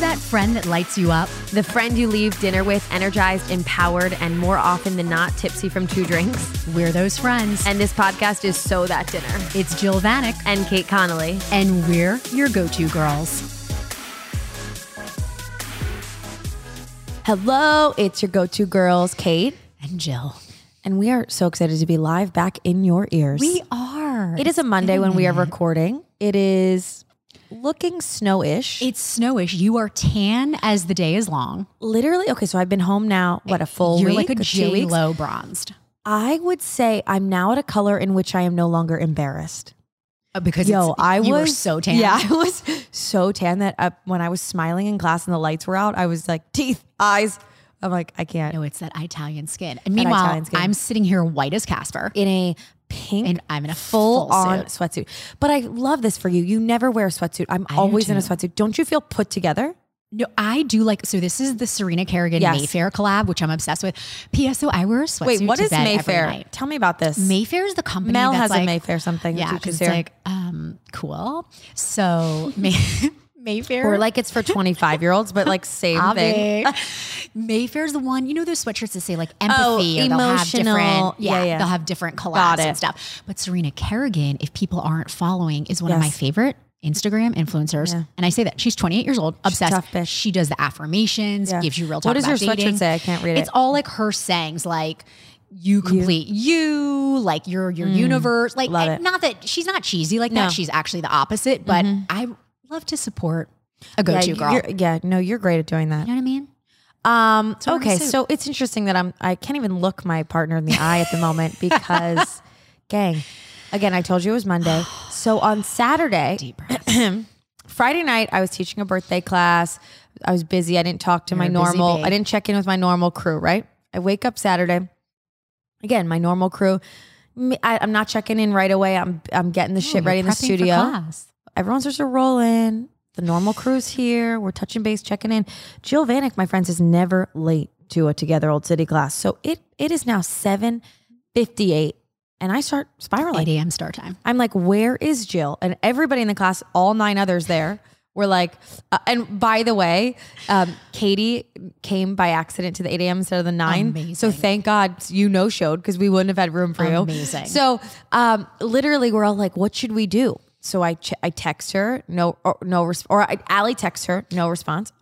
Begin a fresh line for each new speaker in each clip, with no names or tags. that friend that lights you up?
The friend you leave dinner with, energized, empowered, and more often than not, tipsy from two drinks.
We're those friends.
And this podcast is So That Dinner.
It's Jill Vanek,
And Kate Connolly.
and we're your go to girls.
Hello, it's your go to girls, Kate.
And Jill.
And we are so excited to be live back in your ears. Mm-hmm.
We are.
it is a Monday when we are recording. It is looking snowish.
It's snowish. You are tan as the day is long.
Literally, okay, so I've been home now, what, a full
You're
week?
like a
or two
J
weeks?
Lo bronzed
I would say I'm now at a color in which I am no longer embarrassed.
Uh, because
Yo,
it's,
I was
you were so tan.
Yeah, I was so tan that uh, when I was smiling in class and the lights were out, I was like teeth, eyes. I'm like, I can't.
No, it's that Italian skin. And meanwhile,
Italian skin.
I'm sitting here white as Casper.
In a pink,
And I'm in a
full,
full
on sweatsuit. But I love this for you. You never wear a sweatsuit. I'm always in a sweatsuit. Don't you feel put together?
No, I do like so. This is the Serena Kerrigan
Yes.
Mayfair collab, which I'm obsessed with. P.S. So I wear a sweatsuit.
Wait, what
to
is
bed every
Mayfair?
night.
Tell me about this.
Mayfair is the company.
Mel
that's
has
like-
a Mayfair something.
Yeah,
which
because
is here.
like um, cool. So May- Mayfair
or like it's for 25 year olds, but like same thing.
Obvi. Mayfair's the one, you know, those sweatshirts that say like empathy or they'll have
Oh, emotional.
different, yeah,
Yeah, yeah.
they'll have different collabs
Got it.
and stuff. But Serena Kerrigan, if people aren't following, is one of my
Yes.
favorite Instagram influencers. And I say that she's 28 years old, obsessed.
tough bitch.
She does the affirmations,
Yeah.
gives you real
What
talk
does
about
your sweatshirt
dating.
say? I can't read
It's
it.
all like her sayings like, you complete you, like you're your universe. Like
Mm. Love
and
it.
not that she's not cheesy like that. She's actually the opposite, but I love to support a
Mm-hmm. Yeah,
go-to girl.
you're- yeah, no, you're great at doing that.
You know what I mean?
Um,
we're in a
okay,
suit.
so it's interesting that I'm I can't even look my partner in the eye at the moment because, gang, again I told you it was Monday. So on Saturday,
Deep breath.
Friday night, I was teaching a birthday class. I was busy. I didn't talk to my
You're a busy
normal.
babe.
I didn't check in with my normal crew. Right. I wake up Saturday. Again, my normal crew. Me- I, am not checking in right away. I'm I'm getting the shit
You're
ready in the
prepping for
studio.
class.
Everyone's just rolling. The normal crew's here. We're touching base, checking in. Jill Vanek, my friends, is never late to a Together Old City class. So it it is now seven fifty eight, and I start spiraling.
8 a.m. start time.
I'm like, where is Jill? And everybody in the class, all nine others there, were like, uh, and by the way, um, Katie came by accident to the 8 a.m. instead of the 9. So
Amazing.
thank God you no showed because we wouldn't have had room for you.
Amazing.
So um, literally, we're all like, what should we do? So I, ch- I text her, no, or, no, res- or I, Allie texts her, no response.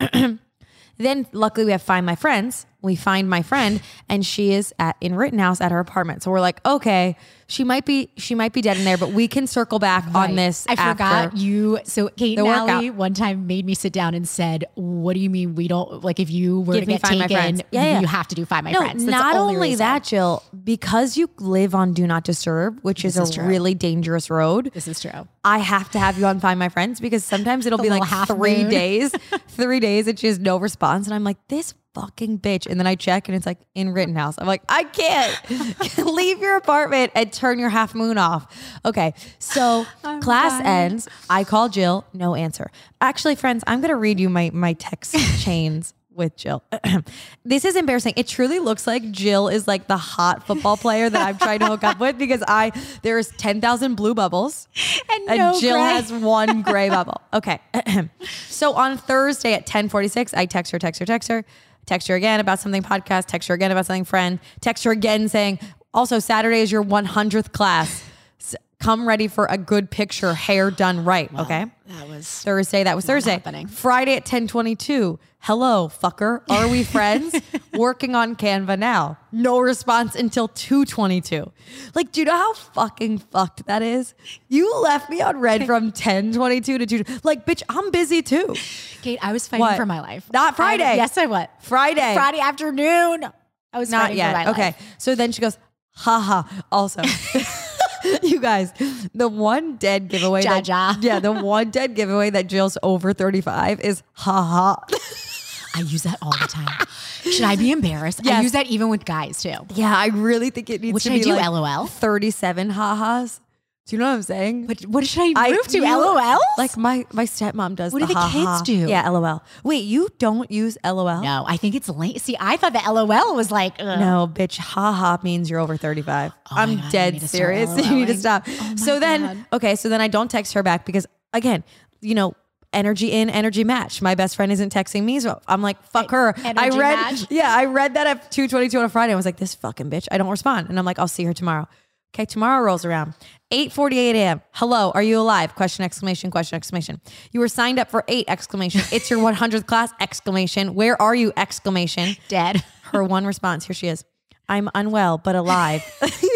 Then luckily we have find my friends. We find my friend and she is at in Rittenhouse at her apartment. So we're like, okay, she might be she might be dead in there, but we can circle back on
Right.
this.
I
after.
forgot you. So Kate and
workout.
Allie one time made me sit down and said, "What do you mean we don't like if you were
Give
to
me
get
Find My
taken?
Friends. Yeah, yeah.
You have to do find my
No,
friends." That's
not
the only,
only
reason.
that, Jill, because you live on Do Not Disturb, which is,
is
a
true.
really dangerous road.
This is true.
I have to have you on Find My Friends because sometimes it'll be
little
like
half
three
moon.
days, three days, and she has no response. And I'm like, this fucking bitch. And then I check and it's like in Rittenhouse. I'm like, I can't leave your apartment and turn your half moon off. Okay. So class ends. I call Jill, no answer. Actually, friends, I'm going to read you my, my text chains. With Jill. this is embarrassing. It truly looks like Jill is like the hot football player that I'm trying to hook up with because I, there's 10,000 blue bubbles and
no
Jill
gray.
has one gray bubble. Okay. so on Thursday at 1046, I text her, text her, text her, text her again about something podcast, text her again about something friend, text her again saying, also Saturday is your 100th class. S- Come ready for a good picture, hair done right. okay.
That was
Thursday. That was Thursday.
happening.
Friday at 1022. Hello, fucker. Are we friends? Working on Canva now. No response until 222. Like, do you know how fucking fucked that is? You left me on red from 1022 to 2. Like, bitch, I'm busy too.
Kate. I was fighting
What?
for my life.
Not
I-
Friday.
yes, I was.
Friday.
Friday afternoon. I was
Not
fighting For
yet.
my
Okay.
Life.
So then she goes, haha. Also, you guys, the one dead giveaway. that-
Ja-ja.
Yeah, the one dead giveaway that Jill's over 35 is haha.
I use that all the time. Should I be embarrassed? I
Yes.
use that even with guys too.
Yeah, I really think it needs
What
to
should I
be
do,
like
LOL?
37 ha-has. Do you know what I'm saying?
But what should I
I
move to?
you-
LOL.
Like my my stepmom does.
What
the
do the kids
ha-ha.
do?
Yeah, LOL. Wait, you don't use LOL?
no, I think it's late. See, I thought the LOL was like ugh.
No, bitch, haha means you're over 35.
Oh my
I'm
God, you
dead
need to start
serious. you need to
LOLing.
stop.
Oh my
so then,
God.
okay, so then I don't text her back because, again, you know, energy in, energy match. My best friend isn't texting me, so I'm like, fuck her. I
E- energy
read,
match.
yeah, I read that at 2:22 on a Friday. I was like, this fucking bitch. I don't respond, and I'm like, I'll see her tomorrow. Okay, tomorrow rolls around. 8:48 a.m. Hello, are you alive? Question exclamation question exclamation. You were signed up for 8 exclamation. It's your 100th class exclamation. Where are you exclamation?
Dead.
Her one response, here she is. I'm unwell but alive.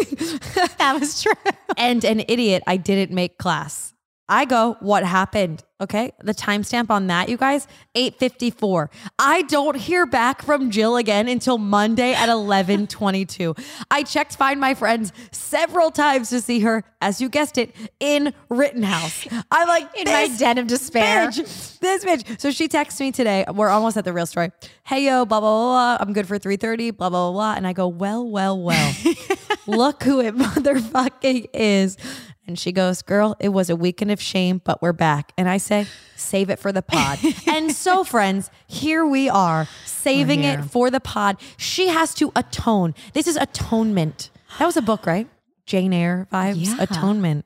that was true.
and an idiot, I didn't make class. I go, what happened? Okay. The timestamp on that, you guys, 854. I don't hear back from Jill again until Monday at 1122. I checked Find My Friends several times to see her, as you guessed it, in Rittenhouse. I'm like,
In my
"This
den of despair.
bitch. This bitch. So she texts me today. We're almost at the real story. Hey yo, blah blah blah. blah. I'm good for three thirty. Blah blah blah. And I go, well, well, well. Look who it motherfucking is. And she goes, girl, it was a weekend of shame, but we're back. And I say, save it for the pod. and so, friends, here we are, saving
We're
it
here.
for the pod. She has to atone. This is atonement. That was a book, right? Jane Eyre vibes.
Yeah.
Atonement.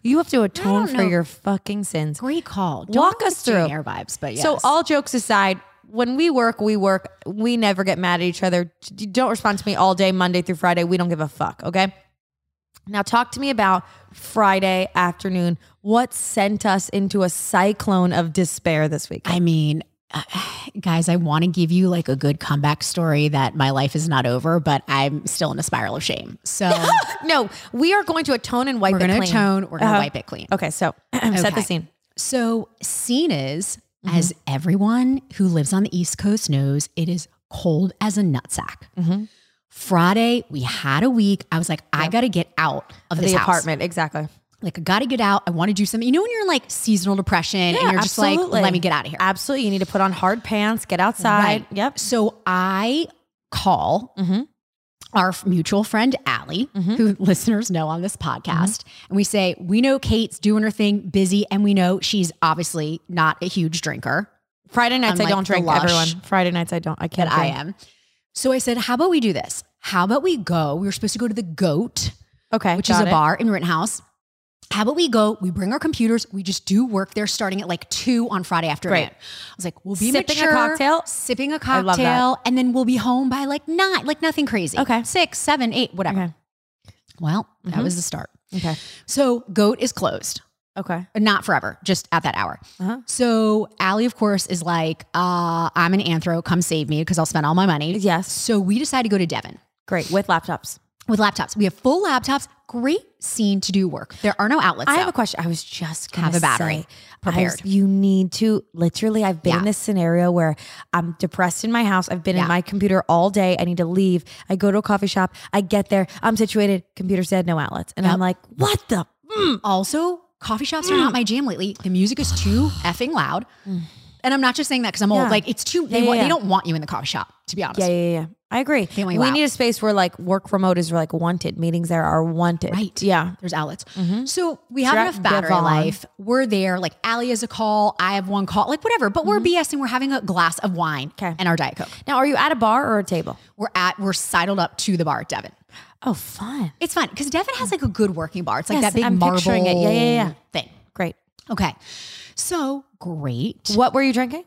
You have to atone for
know.
your fucking sins.
Great call. Don't
Walk
know
us
if it's doing
through.
air vibes, but yes.
So all jokes aside, when we work, we work. We never get mad at each other. D- Don't respond to me all day, Monday through Friday. We don't give a fuck. Okay. Now talk to me about Friday afternoon. What sent us into a cyclone of despair this week?
I mean, uh, guys, I want to give you like a good comeback story that my life is not over, but I'm still in a spiral of shame. So
no, we are going to atone and wipe
we're
it
going to
clean.
tone, we're going to
Uh-huh.
wipe it clean.
Okay, so set the
Okay.
scene.
So, scene is,
Mm-hmm.
as everyone who lives on the East Coast knows, it is cold as a nutsack.
Mm-hmm.
Friday, we had a week. I was like, I got to get out of this
the
house.
apartment, exactly.
Like, I got to get out. I want to do something. You know, when you're in like seasonal depression and you're just
absolutely.
like, let me get out of here.
Absolutely, you need to put on hard pants, get outside.
Right.
Yep. Mm-hmm.
So I call our f- mutual friend Allie, who listeners know on this podcast,
Mm-hmm.
and we say, We know Kate's doing her thing, busy, and we know she's obviously not a huge drinker,
Friday nights
Unlike
I don't
the
drink.
lush
Everyone, Friday nights I don't. I
but
can't.
I
drink.
am. So I said, How about we do this? How about we go? We were supposed to go to the GOAT,
Okay,
which is a
got it.
bar in Rittenhouse. How about we go? We bring our computers. We just do work there starting at like two on Friday afternoon.
Great.
I was like, we'll be
Sipping a
mature,
cocktail?
sipping a
I love that.
cocktail, and then we'll be home by like nine, like nothing crazy.
Okay.
six, seven, eight, whatever.
Okay. Mm-hmm.
Well, that was the start.
Okay.
So Goat is closed,
Okay.
not forever, just at that hour.
Uh-huh.
So Allie, of course, is like, uh, I'm an anthro. Come save me because I'll spend all my money.
Yes.
So we decide to go to Devon
Great. With laptops.
with laptops. We have full laptops. Great scene to do work. There are no outlets.
I
though.
have a question. I was just gonna
Have a battery
say, I was-
prepared.
you need to literally. I've been in
Yeah.
this scenario where I'm depressed in my house. I've been in
Yeah.
my computer all day. I need to leave. I go to a coffee shop. I get there. I'm situated. Computer said no outlets, and
Yep.
I'm like, what the? Mm.
also coffee shops are not my jam lately. The music is too effing loud. And I'm not just saying that because I'm
Yeah.
old. Like it's too they,
Yeah,
want,
yeah,
they
yeah.
don't want you in the coffee shop, to be honest.
Yeah, yeah, yeah. I agree.
want
We
you out.
need a space where like work remote is like wanted. Meetings there are wanted.
Right.
Yeah.
There's outlets. So we have
You're at
enough battery
Devon.
life. We're there. Like Ali has a call. I have one call. Like whatever. But we're BSing. We're having a glass of wine
Mm-hmm. Okay.
and our Diet Coke.
Now, are you at a bar or a table?
We're at we're sidled up to the bar at Devon.
Oh, fun.
It's fun. Because Devon has like a good working bar. It's like
Yes,
that big
I'm
marble
picturing it. Yeah, yeah, yeah.
thing.
Great.
Okay. So great.
What were you drinking?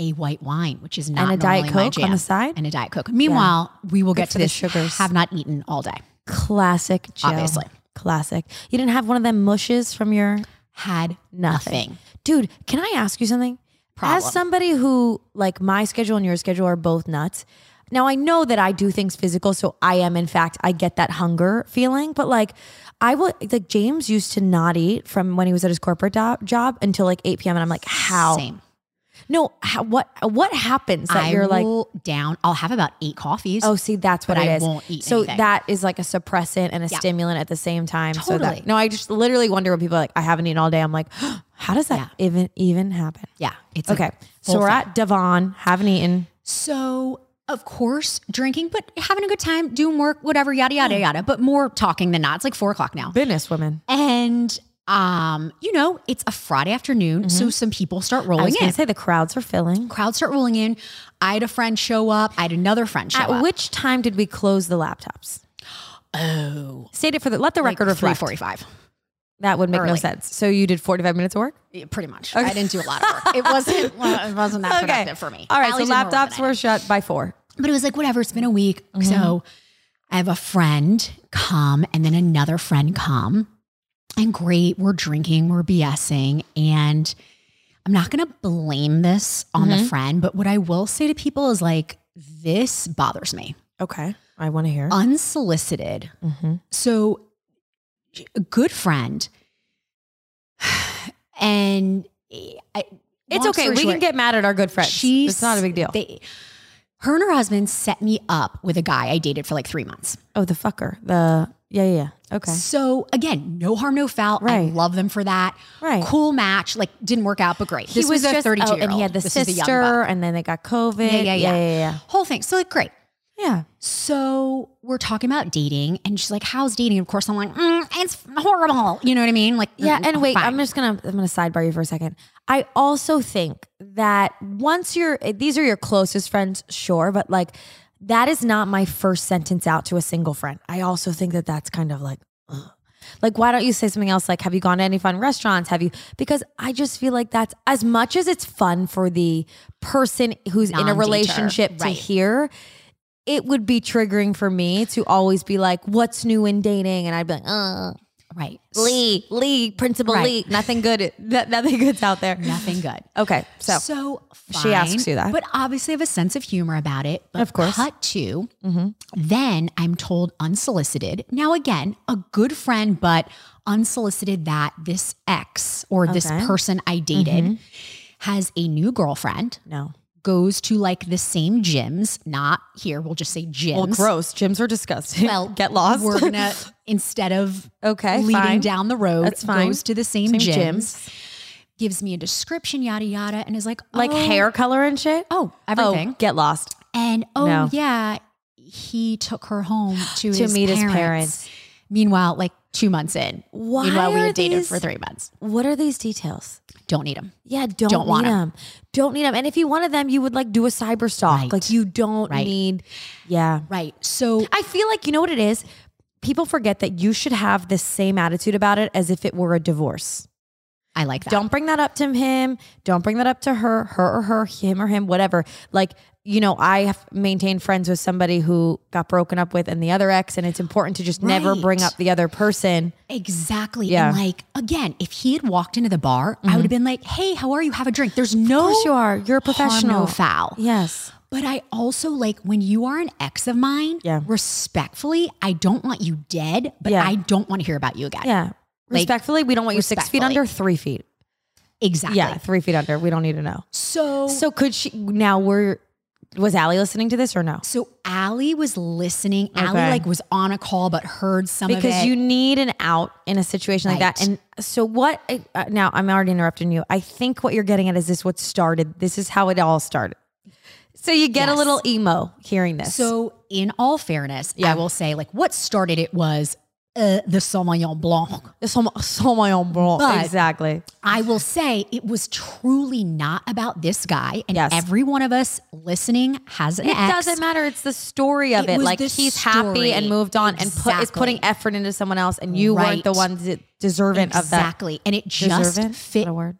a white wine, which is
Mm-hmm. And
not
a Diet
normally my
Coke on
jam.
the side?
and a diet coke. Meanwhile, we will get
for
to
the
this.
sugars.
Have not eaten all day.
Classic Jill.
Obviously.
Classic. You didn't have one of them mushes from your
Had
Nothing.
nothing.
dude. Can I ask you something? As
Problem.
somebody who like my schedule and your schedule are both nuts. Now I know that I do things physical, so I am in fact I get that hunger feeling. But like I will like James used to not eat from when he was at his corporate do- job until like eight p.m. and I'm like, how?
Same.
No, how, what what happens that
I
you're like?
will down. I'll have about eight coffees.
Oh, see, that's what
But
it
I
is.
won't eat
so
anything.
that is like a suppressant and a stimulant at the same time. So that-
Totally.
no, I just literally wonder when people are like, I haven't eaten all day. I'm like, how does that even even happen?
yeah. It's
Okay. So
full
we're
thing.
at Devon, haven't eaten.
so of course drinking, but having a good time, doing work, whatever, yada
Hmm.
yada yada. But more talking than not. It's like four o'clock now,
Business women.
and um, you know, it's a Friday afternoon, so some people start
Mm-hmm. I
rolling
was
in.
gonna say the crowds are filling.
Crowds start rolling in. I had a friend show up. I had another friend show
At
up.
which time did we close the laptops?
oh,
State it for the let the record reflect.
three Oh. forty-five.
That would make no
Early.
sense. So you did 45 minutes of work?
Yeah, Pretty much. I didn't do a lot of work. It wasn't well, it wasn't that productive for me.
All right.
Allie did
so
more work than
laptops
I
were
did. Mm-hmm.
shut by four.
but it was like whatever, it's been a week. So I have a friend come and then another friend come. And great, we're drinking, we're BSing. And I'm not gonna blame this on the friend, but what I will say to people is like, this bothers me.
Okay. I want to hear.
Unsolicited
Mhm.
so a good friend and I,
It's
long
okay.
story
We can
short,
get mad at our good friends.
she
it's not a big deal.
they, her and her husband set me up with a guy I dated for like three months.
oh, the fucker. The yeah, yeah, yeah. Okay.
So again, no harm, no foul. I
Right.
love them for that.
Right.
Cool match. Like didn't work out, but great. this was, a
just-
32
oh,
year old.
and he had the
This is a young buck.
sister, and then they got COVID.
Yeah, yeah, yeah.
yeah, yeah.
Whole thing. So like great.
yeah. yeah.
So we're talking about dating, and she's like, "How's dating?" Of course, I'm like, mm, "It's horrible." You know what I mean? Like,
Yeah,
mm,
and wait, um,
fine.
I'm just gonna I'm gonna sidebar you for a second. I also think that once you're eh, these are your closest friends, sure, but like that is not my first sentence out to a single friend. I also think that that's kind of like, ugh. like why don't you say something else? Like, have you gone to any fun restaurants? Have you? Because I just feel like that's as much as it's fun for the person who's in a
Non-dater,
relationship to
right.
hear. It would be triggering for me to always be like, "What's new in dating?" and I'd be like, "Uh."
right.
Lee, Lee, Principal
Right.
Lee. Nothing good. no- Nothing good's out there.
Nothing good.
Okay, so, she
fine,
asks you that.
but obviously I have a sense of humor about it. But
Of course. Mm-hmm.
cut to. Then I'm told unsolicited. Now again, a good friend, but unsolicited that this ex or this
Okay. Mm-hmm.
person I dated has a new girlfriend.
no.
Goes to like the same gyms, not here. We'll just say
Well,
gyms.
gross. Gyms are disgusting.
Well,
get lost.
We're gonna instead of
okay,
leading
fine.
down the road,
That's fine.
goes to the same,
Same
gyms,
gyms.
gives me a description, yada yada, and is like,
like
oh,
hair color and shit.
oh, everything.
Oh, get lost.
And oh
No.
yeah, he took her home to,
To
his
meet his
parents.
parents.
Meanwhile, like two months in.
Why
Meanwhile, we
are
had dated
these-
for three months.
What are these details?
Don't need him.
Yeah, don't,
Don't
need
want 'em.
them. Don't need them. And if you wanted them, you would like do a cyber stalk.
Right.
Like you don't
Right.
need. Yeah.
Right. So
I feel like you know what it is. People forget that you should have the same attitude about it as if it were a divorce.
I like that.
Don't bring that up to him. Don't bring that up to her, her or her, him or him, whatever. Like, you know, I have maintained friends with somebody who got broken up with and the other ex, and it's important to just never
Right.
bring up the other person.
exactly.
Yeah. Mm-hmm.
And like again, if he had walked into the bar, I would have been like, "Hey, how are you? Have a drink." There's no
Of course you are. You're a professional.
harm, no foul.
Yes.
But I also like when you are an ex of mine.
Yeah.
Respectfully, I don't want you dead, but
Yeah.
I don't want to hear about you again.
Yeah. Respectfully, we don't want you six feet
respectfully.
under, three feet.
Exactly.
Yeah, three feet under. We don't need to know.
So
So could she now we're was Allie listening to this or no?
So Allie was listening. Allie
Okay.
like was on a call, but heard some of
because
it.
you need an out in a situation like that.
Right.
And so what? I, uh, now I'm already interrupting you. I think what you're getting at is this: what started? This is how it all started. So you get a
Yes.
little emo hearing this.
so in all fairness, I will say like what started it was uh, the Sauvignon Blanc.
so my, so my own bro.
But-
exactly.
I will say it was truly not about this guy, and
Yes.
every one of us listening has an
It
ex.
doesn't matter. It's the story of
It
it.
was
Like
the
he's
story.
happy and moved on, and put, is
Exactly.
putting effort into someone else, and you weren't the
Right.
one de- deserving of that.
exactly, and it just
Deserving? Is
fit
that a word.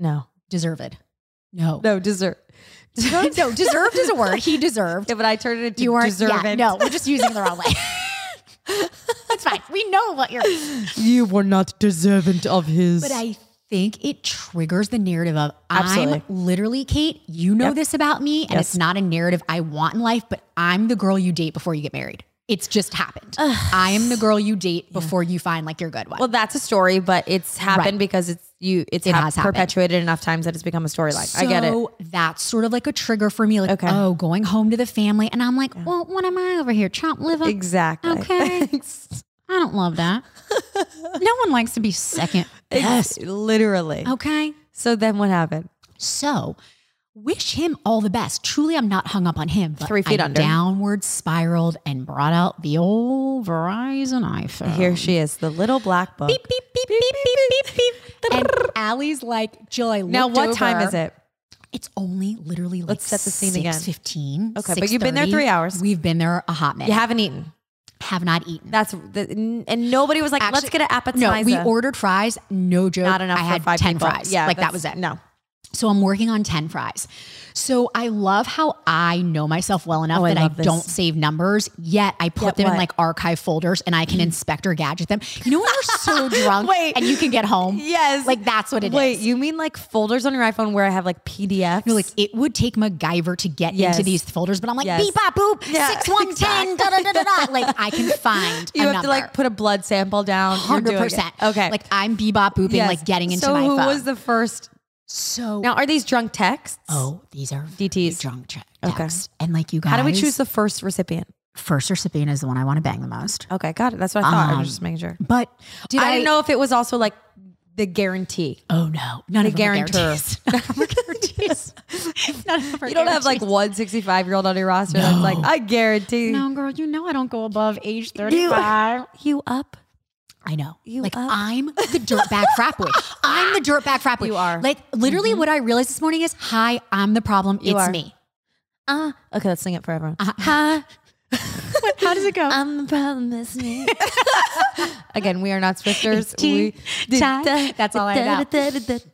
No,
deserved. No,
no, deserve.
no, no, deserved is a word. He deserved.
Yeah, but I turned it into
You weren't.
deserving.
Yeah, no, we're just using it the wrong way. That's fine. We know what you're.
you were not deserving of his.
But I think it triggers the narrative of
Absolutely.
I'm literally Kate. You know this about me, and it's not a narrative I want in life. But I'm the girl you date before you get married. It's just happened. I am the girl you date before you find like your good one.
well, that's a story, but it's happened because it's you. It's hap-
has happened.
perpetuated enough times that it's become a storyline. I get it.
So that's sort of like a trigger for me. Like,
Okay.
oh, going home to the family, and I'm like, well, what am I over here? Chomp liver.
Exactly.
Okay. I don't love that. no one likes to be second.
yes. Oh. Literally.
Okay.
So then what happened?
So wish him all the best. Truly, I'm not hung up on him. But
Three feet
I
under.
Downward spiraled and brought out the old Verizon iPhone.
Here she is, the little black book.
Beep, beep, beep, beep, beep, beep, beep. And Allie's like, Jill, I
Now,
looked
what time
over.
is it?
It's only literally like
Let's set the scene again.
15.
Okay, but you've been there three hours.
We've been there a hot minute.
You haven't eaten.
Have not eaten.
That's the, and nobody was like, let's
Actually-
get an
no,
appetizer.
we ordered fries. No joke.
not enough.
I
for
had
five
ten
people.
fries. Yeah, like that
that's-
was it.
No,
So I'm working on 10 fries. So I love how I know myself well enough
Oh, I
that I,
love this.
don't save numbers, yet I put
Yet
them in
what?
like archive folders and I can inspect or gadget them. You know when you're so drunk
Wait.
and you can get home?
Yes.
Like that's what it is.
Wait, you mean like folders on your iPhone where I have like PDFs?
You're like, it would take MacGyver to get
Yes.
into these folders, but I'm like,
Yes.
beep, bop, boop,
Yeah,
six, one, ten, da, da, da, da, da. Like I can find
you
a
have
number.
to like put a blood sample down. You're
Hundred
doing it.
percent.
Okay.
Like I'm bebop booping,
Yes.
like getting into
so
my
who
phone.
was the first?
so
Now, are these drunk texts?
oh, these are
DTs.
drunk check
Okay.
text. And like you guys,
How do we choose the first recipient?
first recipient is the one I want to bang the most.
Okay, got it. That's what I thought. I
Um,
was just making sure.
But did
Oh. I
I,
didn't know if it was also like the guarantee.
Oh no, none
The
of them are
guarantor.
guarantees. None of them are guarantees. None of them are
You don't have like
guarantees.
one 65 year old on your roster that's like, I guarantee.
no, girl. You know I don't go above age thirty-five.
You up?
I know.
You
like
up?
I'm the dirtbag frat boy. I'm the dirtbag frat boy.
You are. Mm-hmm.
Like literally, what I realized this morning is, hi, I'm the problem.
You
it's
are. Uh-huh.
me.
Uh, okay, let's sing it for everyone.
Uh, Hi. How does it go?
I'm the problem, is me. Again, we are not Swifters.
tea
we,
time. That's all I know.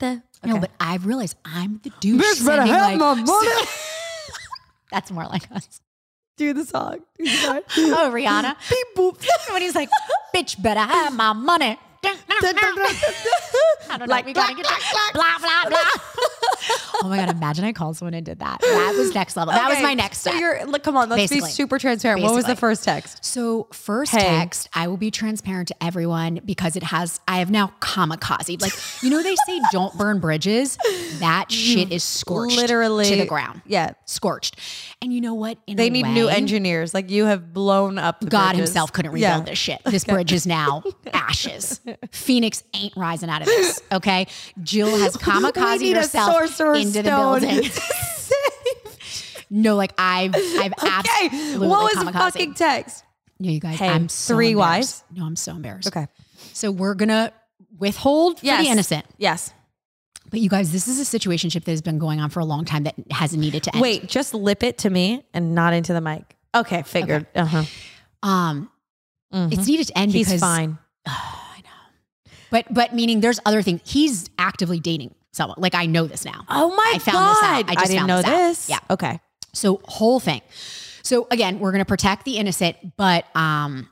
No,
Okay.
but I've realized I'm the douche.
Bitch better
sending, like,
have my money.
That's more like us.
Do the song. Do the song.
Oh, Rihanna. when he's like, bitch better have my money. I don't know.
Like,
we gotta get that. Blah, blah, blah. oh my God. Imagine I called someone and did that. That was next level. That was
Okay,
my next
So
step.
you're look, come on, let's
Basically.
be super transparent. What was the
Basically.
first text?
So first
Hey.
text, I will be transparent to everyone because it has. I have now kamikaze. Like you know, they say don't burn bridges. That shit is scorched
Literally
to the ground.
Yeah.
scorched. And you know what? In
They
a
need new
way,
engineers. Like you have blown up the
God
bridges.
Himself couldn't
Yeah.
rebuild this shit. This bridge is now ashes. Phoenix ain't rising out of this. Okay, Jill has
We need
kamikaze
a
herself
sorcerer's
into the
stone.
building. No, like I've, I've
okay.
absolutely
What was
kamikaze.
the fucking text?
No, you guys,
Hey,
I'm so
three
embarrassed. No, I'm so embarrassed.
Okay.
So we're gonna withhold
Yes.
for the innocent.
Yes.
But you guys, this is a situationship that has been going on for a long time that hasn't needed to end.
Wait, just lip it to me and not into the mic. Okay, figured. Uh-huh.
um,
Mhm.
it's needed to end
He's
because
fine.
But but meaning there's other things. He's actively dating someone. Like I know this now.
Oh my
I found this out.
God.
I just
didn't
found
know
this out.
this.
Yeah.
Okay.
So whole thing. So again, we're gonna protect the innocent, but um.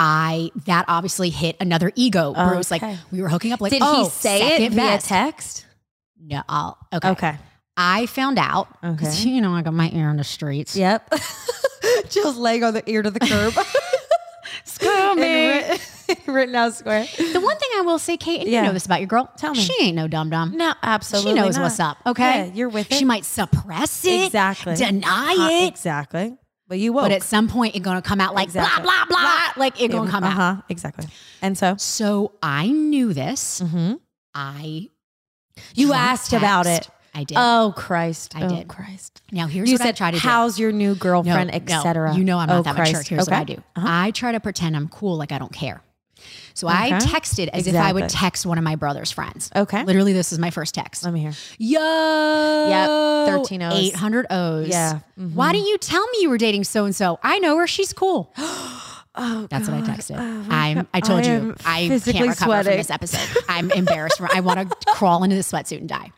I that obviously hit another ego where it was like
Okay.
we were hooking up like
Did
oh,
he say
second
it via
best.
text?
No, I'll, okay.
Okay.
I found out because
Okay.
you know I got my ear on the streets.
Yep. Jill's leg on the ear to the curb.
Screw
In Writ- Rittenhouse Square.
The one thing I will say, Kate, and
Yeah.
you know this about your girl.
Tell me.
She ain't no dum dum.
No, absolutely.
She knows
not.
what's up. Okay.
Yeah, you're with it.
She might suppress it.
Exactly.
Deny
Uh,
it.
Exactly. But you won't.
But at some point it's gonna come out like
Exactly.
blah, blah, blah. Like it gonna come
uh
out.
huh. Exactly. And so
Uh-huh. So I knew this.
mm-hmm.
I
you
tried to
asked about it.
text. I did.
Oh Christ!
I
oh,
did.
Christ.
now here's
you
what
said,
I try to do.
"How's your new
No,
girlfriend,
no,
etc."
You know I'm not
oh,
that
Christ.
mature. Here's
okay. Uh-huh.
what I do. Uh-huh. I try to pretend I'm cool, like I don't care. So I
Okay.
texted as if I would
Exactly.
text one of my brother's friends.
Okay.
Literally, this is my first text.
Let me hear.
Yo.
Yep, 13 O's.
800 O's.
Yeah, mm-hmm.
Why didn't you tell me you were dating so and so? I know her. She's cool.
Oh,
That's what I texted.
my
I'm. I
God.
told
I
you.
am
I can't
physically
recover
sweating.
from this episode. I'm embarrassed. From, I want to crawl into the sweatsuit and die.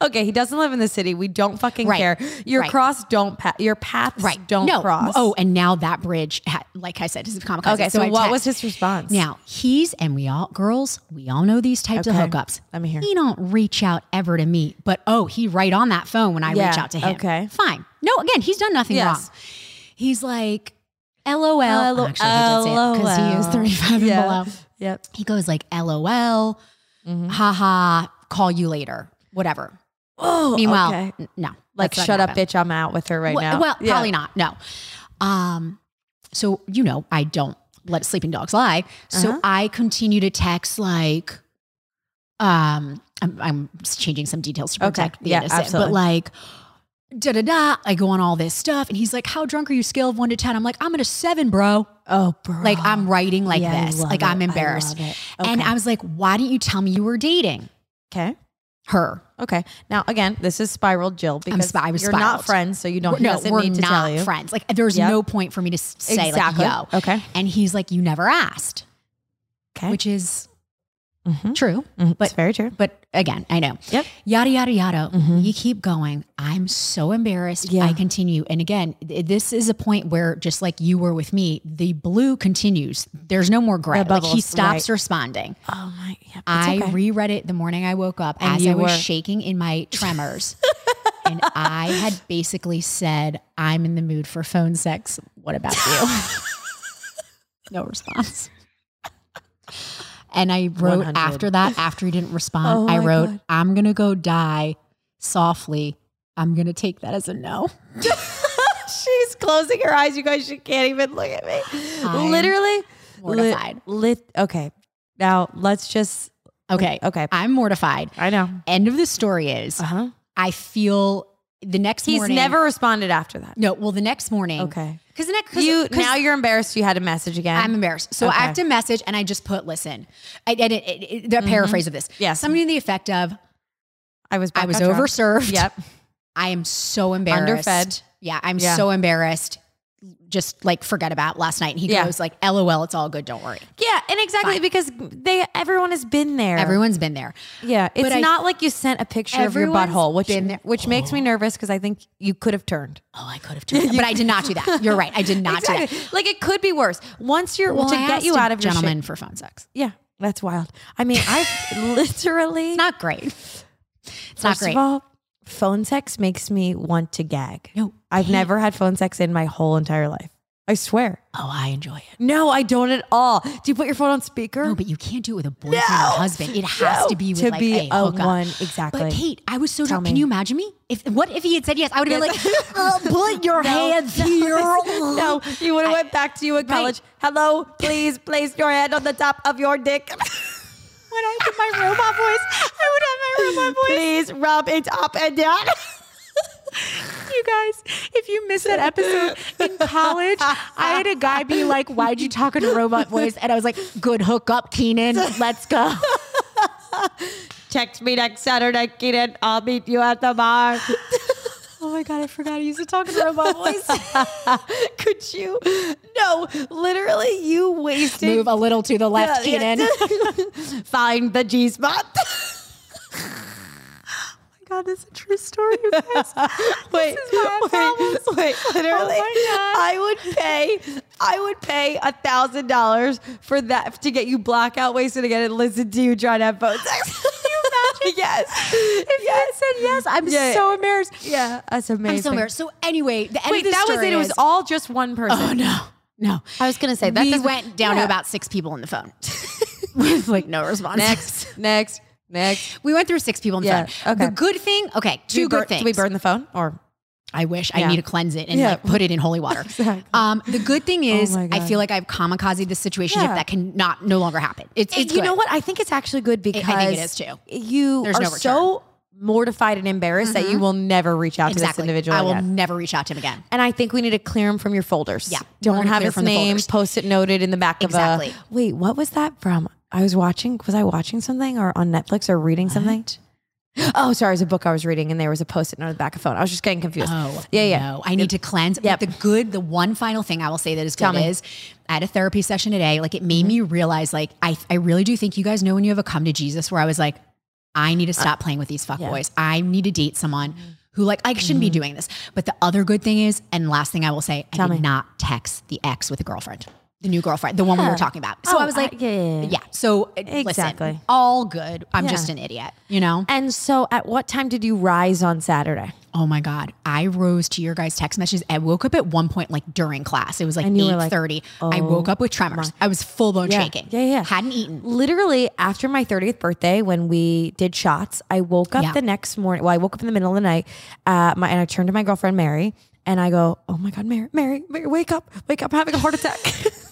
Okay, he doesn't live in the city. We don't fucking
Right.
care. Your
Right.
cross don't pa- your paths
Right.
don't
no.
cross.
Oh, and now that bridge, ha- like I said, is kamikaze.
okay. So,
I
what
text.
was his response?
Now he's and we all girls, we all know these types
Okay.
of hookups.
Let me hear.
He don't reach out ever to me, but oh, he right on that phone when I
Yeah,
reach out to him.
okay.
fine. No, again, he's done nothing
Yes.
wrong. He's like, LOL.
L-
Actually, I did say it because he is
LOL.
thirty-five
Yeah.
and below.
Yep.
He goes like, LOL,
Mm-hmm.
haha, call you later, whatever.
Oh.
Meanwhile,
okay.
n- no,
like
that's not
shut up,
happening.
bitch. I'm out with her right
Well,
now.
well,
Yeah.
probably not. No. Um, so you know, I don't let sleeping dogs lie. So
Uh-huh.
I continue to text like, um, I'm, I'm changing some details to
Okay.
protect the
Yeah,
innocent,
absolutely.
but like. Da da da! I go on all this stuff, and he's like, "How drunk are you? Scale of one to ten. I'm like, "I'm at a seven, bro."
Oh, bro.
Like I'm writing like
Yeah, I
this,
love
like
it.
I'm
I
embarrassed.
love it.
And
Okay.
I was like, "Why didn't you tell me you were dating?"
okay.
her.
Okay. Now, again, this is spiraled, Jill, because
spi- I was
you're
spiraled.
not friends, so you don't he
no,
doesn't
we're
need to
not
tell you.
friends. Like there's
Yep.
no point for me to s- say
Exactly.
like yo.
Okay.
And he's like, you never asked,
Okay.
which is
Mhm.
true.
but it's very true.
But again, I know.
Yep. Mm-hmm.
Yada yada yada. You keep going. I'm so embarrassed.
Yeah.
I continue. And again, th- this is a point where just like you were with me, the blue continues. There's no more gray.
The
like he
bubbles,
stops
right.
responding.
Oh my. Yeah, it's
I
okay.
reread it the morning I woke up
And
as I
you
was
were-
shaking in my tremors. and I had basically said, I'm in the mood for phone sex. What about you? no response. And I wrote
100.
after that, after he didn't respond,
Oh
I
my
wrote,
God.
I'm going to go die softly. I'm going to take that as a no.
She's closing her eyes. You guys, she can't even look at me.
I'm
Literally li-
Mortified.
lit. Okay. Now let's just.
Okay.
Okay.
I'm mortified.
I know.
End of the story is
Uh huh.
I feel the next
He's
morning.
never responded after that.
No, well, the next morning.
Mm-hmm. Okay.
Because the next, cause,
You
'cause
now you're embarrassed. You had a message again.
I'm embarrassed. So I
Okay.
have to message and I just put, listen, I, I, did- it- it- the paraphrase of this.
Mm-hmm. Yes.
Something to the effect of,
I was. Back
I was
on track.
overserved.
Yep.
I am so embarrassed.
Underfed.
Yeah. I'm
Yeah.
so embarrassed. Just like forget about last night. And he
Yeah.
goes like, LOL, it's all good. Don't worry.
Yeah, and exactly
Fine.
because they everyone has been there.
Everyone's been there.
Yeah, it's
But I-
not like you sent a picture of your
Everyone's
butthole, which
been there.
which makes me nervous because I think you could have turned.
Oh, I could have done that. But I did not do that. You're right. I did not do
Exactly.
that.
Like it could be worse. Once you're
Well,
to
I
get you
asked a
out of your
gentleman
shit.
for phone sex.
Yeah, that's wild. I mean, I've literally
It's not great. It's not
first
great.
of all, phone sex makes me want to gag.
no.
I've
hate-
never had phone sex in my whole entire life. I swear.
Oh, I enjoy it.
No, I don't at all. Do you put your phone on speaker?
No, but you can't do it with a boyfriend or
No.
husband. It has
No.
to be with
to
like
be
a,
a
hookup.
one exactly.
But Kate, I was so
Tell
drunk. Can
me.
you imagine me? If what if he had said yes, I would have
Yes.
been like, uh, put your
No,
hands
no,
here.
No, you would have
I-
went back to you in
Right.
college. Hello, please place your hand on the top of your dick.
When I did my robot voice, I would have my robot voice.
please rub it up and down.
You guys, if you missed that episode in college, I had a guy be like, "Why'd you talk in a robot voice?" And I was like, "Good hookup, Keenan. Let's go."
Text me next Saturday, Keenan. I'll meet you at the bar.
Oh my god, I forgot I used to talk in a robot voice.
Could you? No, literally, you wasted.
Move a little to the left,
Yeah, yeah.
Keenan.
Find the G spot.
Oh God, this is a true story, you guys.
wait,
my
wait,
problems.
wait, literally,
God.
I would pay, I would pay a thousand dollars for that to get you blackout wasted again and listen to you try to have phone sex. Can you imagine? yes. If yes. you said yes,
I'm so embarrassed.
yeah, that's amazing.
I'm so embarrassed. So anyway, the end
Wait,
of the
that was
story
it. It was
is-
all just one person.
Oh no, no.
I was gonna say that
we
doesn't-
went down to
Yeah.
about six people on the phone with like no response.
Next, next, next.
we went through six people on the
Yeah,
phone.
okay.
The good thing, okay, two
Do we
good
bur-
things.
Do we burn the phone or?
I wish I
Yeah.
need to cleanse it and
Yeah.
like put it in holy water.
Exactly. Oh
Um, the good thing is,
my
I
God.
feel like I've kamikaze the situation
Yeah.
if that can not no longer happen. It's, it's
you know
good.
what? I think it's actually good because
I think it is too.
You
There's
are
no Mm-hmm.
so mortified and embarrassed that you will never reach out to this
Exactly.
individual
I will
again.
never reach out to him again.
And I think we need to clear him from your folders.
Yeah, we're
don't
gonna
have
clear
his
from the
name
folders.
post-it noted in the back
Exactly.
of a. Wait, what was that from? I was watching. Was I watching something or on Netflix or reading something? Oh, sorry, it was a book I was reading, and there was a post-it note on the back of the phone. I was just getting confused.
Oh,
yeah, yeah.
No, I need to cleanse.
Yep.
But the good, the one final thing I will say that is good
me. Mm-hmm.
is I had a therapy session today. Like it made me realize, like, I, I really do think you guys know when you have a come to Jesus where I was like, I need to
Uh,
stop playing with these fuck boys. I need to date someone
Mm-hmm.
who like, I shouldn't be doing this. But the other good thing is, and last thing I will say, I did not text the ex with a girlfriend, the new girlfriend, the one we were talking about. So
Oh,
I was
I-
like,
yeah, yeah, yeah.
So uh, listen,
Exactly.
all good. I'm
Yeah.
just an idiot, you know?
And so, at what time did you rise on Saturday?
Oh my God. I rose to your guys' text messages. I woke up at one point, like during class. It was like
And you were
eight
like, oh
thirty. I woke up with tremors. I was full blown
Yeah.
shaking.
Yeah, yeah.
Hadn't eaten.
Literally after my 30th birthday, when we did shots, I woke up
Yeah.
the next morning. Well, I woke up in the middle of the night, uh, my, and I turned to my girlfriend Mary, and I go, "Oh my god, Mary, Mary, Mary, wake up, wake up! I'm having a heart attack."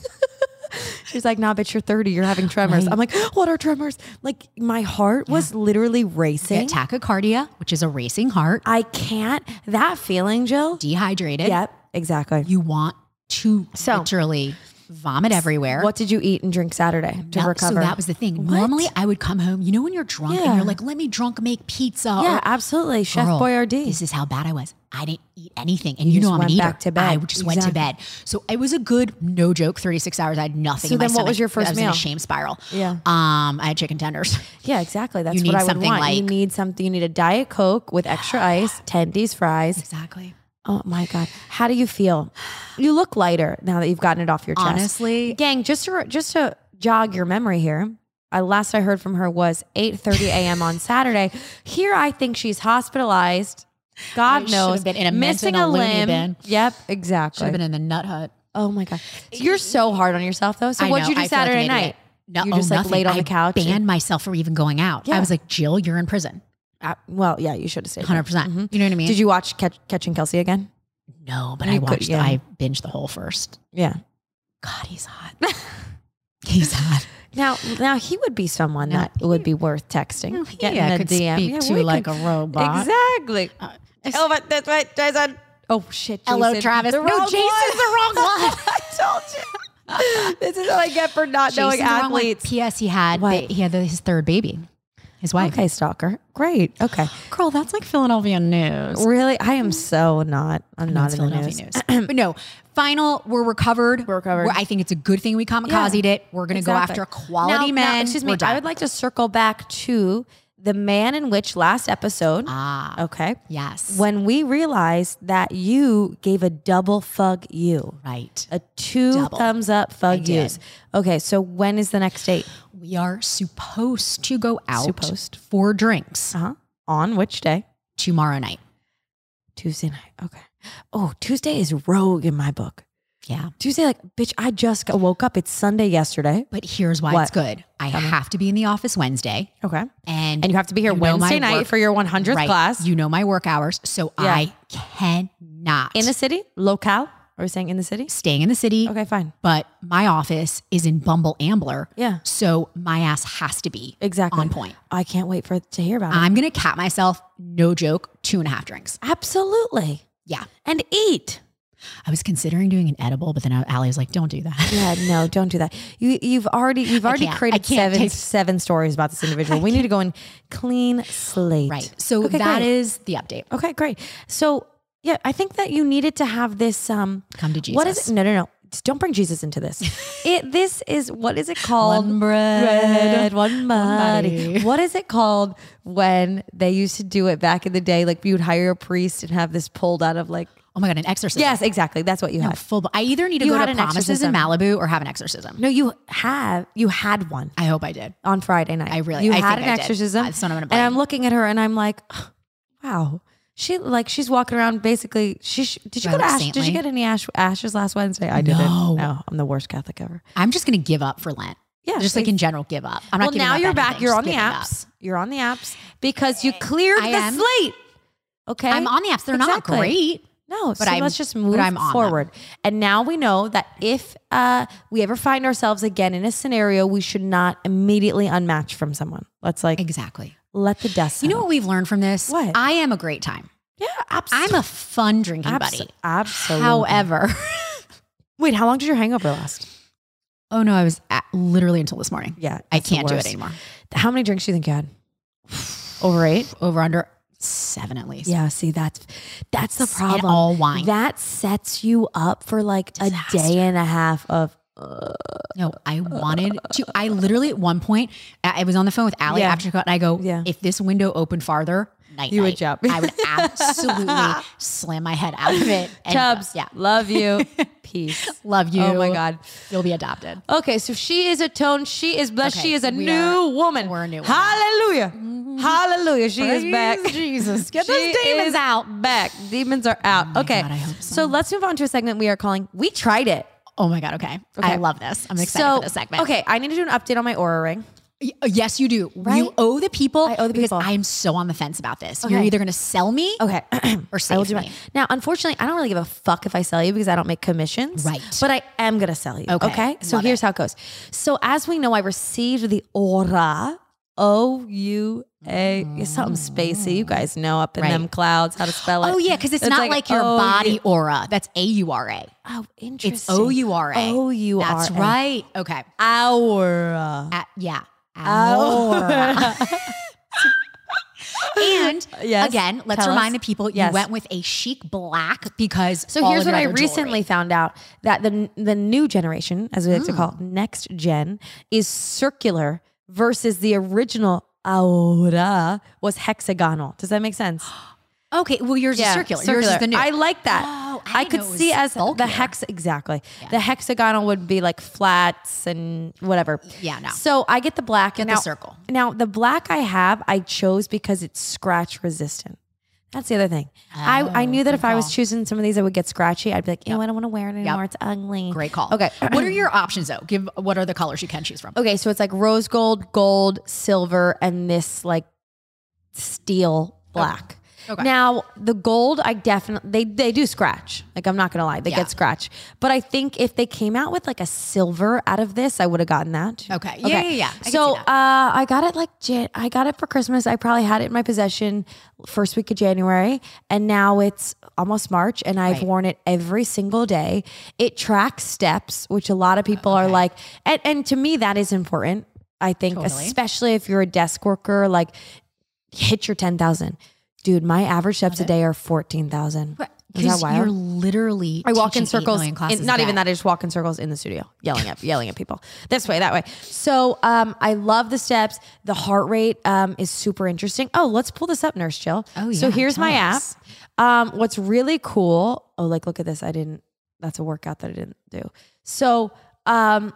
She's like, "Nah, bitch, you're 30. You're having tremors." I'm like, "What are tremors?" Like my heart was literally racing.
Tachycardia, which is a racing heart,
I can't. That feeling, Jill.
dehydrated.
Yep, exactly.
You want to
So-
literally vomit everywhere.
What did you eat and drink Saturday to
That-
recover?
So that was the thing.
What?
Normally, I would come home. You know, when you're drunk and
Yeah.
you're like, "Let me drunk make pizza."
yeah,
or
absolutely. Chef
Girl,
Boyardee.
This is how bad I was. I didn't eat anything, and you,
just
know I'm
went
an eater.
back to bed.
I just went to bed. So it was a good, no joke, 36 hours. I had nothing.
So
in my
then what
stomach.
was your first
I was
meal?
in a shame spiral.
Yeah.
Um, I had chicken tenders.
Yeah, exactly. That's
You
what
need
I would
something
want. you
like-
need something. You need a diet coke with extra ice, tendies fries.
Exactly.
Oh my god, how do you feel? You look lighter now that you've gotten it off your chest.
Honestly-
gang, just to just to jog your memory here. I, last I heard from her was 8:30 a.m. on Saturday. Here, I think she's hospitalized. God
I should have
knows,
been in a mint
missing
and a
a
loony
limb.
bin.
Yep,
Should
exactly.
have been in the nut hut.
oh my god, you're so hard on yourself though. So
I
what'd
know,
you do
I feel like an
Saturday
idiot.
night?
No,
you
oh,
just like
nothing.
laid on
I
the couch. and-
Banned myself from even going out.
Yeah.
I was like, Jill, you're in prison.
Uh, well, yeah, you should have stayed.
100%.
Mhm.
You know what I mean?
Did you watch Catch, Catching Kelsey again?
no, but
You
I
could-
watched.
yeah.
I binged the whole first.
Yeah.
God, he's hot. he's hot.
Now, now he would be someone
No,
that would be worth texting.
No,
getting
yeah,
a
could
DM.
speak
Yeah,
to
we
like
could-
a robot.
Exactly.
Uh,
oh, but that's right, Jason. Oh shit, Jason.
Hello, Travis.
The
No,
wrong
Jason's
one.
the wrong one.
I told you. this is what I get for not knowing
Jason Derulo went-
athletes.
P.S. He had
What?
ba- he had the, his third baby, his wife.
Okay, stalker. Great. Okay.
Girl, that's like Philadelphia news.
Really, I am so not. I'm not
It's
in the
Philadelphia
news.
news. but no, final. We're recovered. We're
recovered.
I think it's a good thing we kamikazed
Yeah.
it. We're gonna
Exactly.
go after quality
Now- now,
men.
excuse
We're
me. I
done.
would like to circle back to the man in which last episode.
ah
Okay.
yes.
When we realized that you gave a double fuck you,
right.
a two
Double.
thumbs up fuck
did.
yous. Okay. So when is the next date?
We are supposed to go out
Supposed.
for drinks
Uh huh. On which day?
tomorrow night.
Tuesday night. Okay. Oh, Tuesday is rogue in my book.
Yeah.
Tuesday, like, bitch, I just got, woke up. It's Sunday yesterday.
But here's why
What?
it's good. I have to be in the office Wednesday,
Okay.
and
And you have to be here
You know my
Wednesday night
work-
for your 100th
Right.
class.
You know my work hours, so
Yeah.
I cannot
in the city? Locale? Are we saying in the city?
staying in the city.
Okay, fine.
But my office is in Bumble Ambler,
Yeah.
so my ass has to be
Exactly.
on point. Uh,
I can't wait for to hear about it.
I'm gonna cap myself, no joke, two and a half drinks.
Absolutely.
Yeah,
And eat.
I was considering doing an edible, but then Allie was like, "Don't do that."
Yeah, no, don't do that. You you've already you've already
can't. I
created
can't
seven
take-
seven stories about this individual. We need to go in clean slate.
right. So that
Okay,
is
great.
the update.
Okay, great. So yeah, I think that you needed to have this um
Come to Jesus.
what is it? No, no, no. Don't bring Jesus into this. it this is what is it called?
One bread,
one body.
body.
What is it called when they used to do it back in the day? Like you would hire a priest and have this pulled out of like
Oh my god, an exorcism.
Yes, exactly. That's what you
No,
had.
full. I either need to
You
go
had
to
an
promises
exorcism.
in Malibu or have an exorcism.
No, you have you had one
I hope I did.
on Friday night.
I really-
you
I
had
think
an
I did.
exorcism.
That's not what I'm
And
gonna
I'm looking at her and I'm like, wow. She like she's walking around basically. She sh- did
Do
you
I
go to
look
ash? Did you
saintly?
get any ash ashes last Wednesday? I didn't.
No.
no, I'm the worst Catholic ever.
I'm just gonna give up for Lent.
Yeah,
just like in general, give up. I'm not.
well,
giving
now
up
you're back.
anything,
You're
just
on the
giving up.
apps. You're on the apps because you cleared
I
the
am.
slate. Okay,
I'm on the apps. They're
Exactly.
not great.
No,
But
so
I'm-
let's just move
but I'm on them.
forward. And now we know that if uh, we ever find ourselves again in a scenario, we should not immediately unmatch from someone. Let's like
Exactly. Um,
let the dust.
You know
settle.
what we've learned from this?
What?
I am a great time.
yeah,
I'm
absolutely.
a fun drinking buddy.
Absolutely.
However,
wait, how long did your hangover last?
oh no, I was at, literally until this morning.
Yeah,
I
that's the
can't do
worst.
it anymore.
How many drinks do you think you had? Over eight.
Over under seven at least.
Yeah, see that's that's the problem.
And all wine.
That sets you up for like
Disaster.
a day and a half of
No, I wanted to. I literally at one point, I I was on the phone with Allie
Yeah.
after cut, and I go,
Yeah.
if this window opened farther, night,
You would
night."
jump.
I would absolutely slam my head out of it. And,
tubs.
Yeah.
love you. Peace.
Love you.
Oh my god.
You'll be adopted.
Okay, so she is atoned. She is blessed.
Okay,
she is a
we
new
are-
woman.
we're a new woman.
Hallelujah. Hallelujah. She is
Praise
back.
Jesus. Get
She
those demons
is
out.
Back. Demons are out. okay.
God, I hope
so. let's move on to a segment we are calling We Tried It.
Oh my God. Okay. I love this. I'm excited
so,
for this segment.
Okay, I need to do an update on my aura ring.
Y- uh, Yes, you do.
Right?
You owe the people.
I owe the
because
people.
I am so on the fence about this. You're
Okay. Oh,
either going to sell me
Okay.
or
I will
save
do
me.
mine. Now, unfortunately, I don't really give a fuck if I sell you because I don't make commissions.
Right.
But I am going to sell you. Okay.
Okay.
So
Love
here's
it.
how it goes. So, as we know, I received the aura O U A something spacey. You guys know up in
Right.
them clouds how to spell it.
Oh yeah, because it's,
It's
not
like oh,
like, your
O-U-
body aura. That's A U R A.
Oh, interesting.
It's O U R A.
O U R A. Uh.
That's right. Okay.
Aura.
A- yeah.
Oh.
Aura.
Aura.
Oh. and
Yes.
again, let's
Tell
remind
us.
the people
Yes.
you went with a chic black because.
So
all
here's
of your
what I
other jewelry-
recently found out that the the new generation, as we like
Hmm.
to call it, next gen, is circular versus the original aura was hexagonal. Does that make sense?
Okay, well yours is circular. Yours is the new.
I like that.
Oh, I
I,
didn't
could
know it was
see as
bulkier.
the hex exactly. The hexagonal would be like flats and whatever.
Yeah, no.
So I get the black and
the
now,
circle.
Now the black I have, I chose because it's scratch resistant. That's the other thing. I, I
Oh,
knew that
good
if I was
call.
choosing some of these that would get scratchy, I'd be like, ew, I don't want to wear it anymore. It's ugly.
Great call.
Okay.
what are your options though? Give what are the colors you can choose from?
Okay, so it's like rose gold, gold, silver, and this like steel black.
Okay.
Now the gold, I definitely they they do scratch. Like I'm not gonna lie, they
Yeah.
get scratch. But I think if they came out with like a silver out of this, I would have gotten that.
Okay. Yeah, yeah, yeah. I can
so
see
uh, I got it like j- I got it for Christmas. I probably had it in my possession first week of January, and now it's almost March, and I've
Right.
worn it every single day. It tracks steps, which a lot of people are like, and, and to me that is important. I think,
Totally.
especially if you're a desk worker, like hit your ten thousand, dude. My average steps a day are fourteen thousand. Is that
Because
wild?
you're literally
I walk
teaching
in
eight
circles.
million
in-
classes
not
a
even
day.
that. I just walk in circles in the studio, yelling at yelling at people this way, that way. So um, I love the steps. The heart rate um, is super interesting. Oh, let's pull this up, Nurse Jill.
Oh,
So
yeah,
here's my
tell
app.
us.
Um, what's really cool? Oh, like look at this. I didn't. That's a workout that I didn't do. So. Um,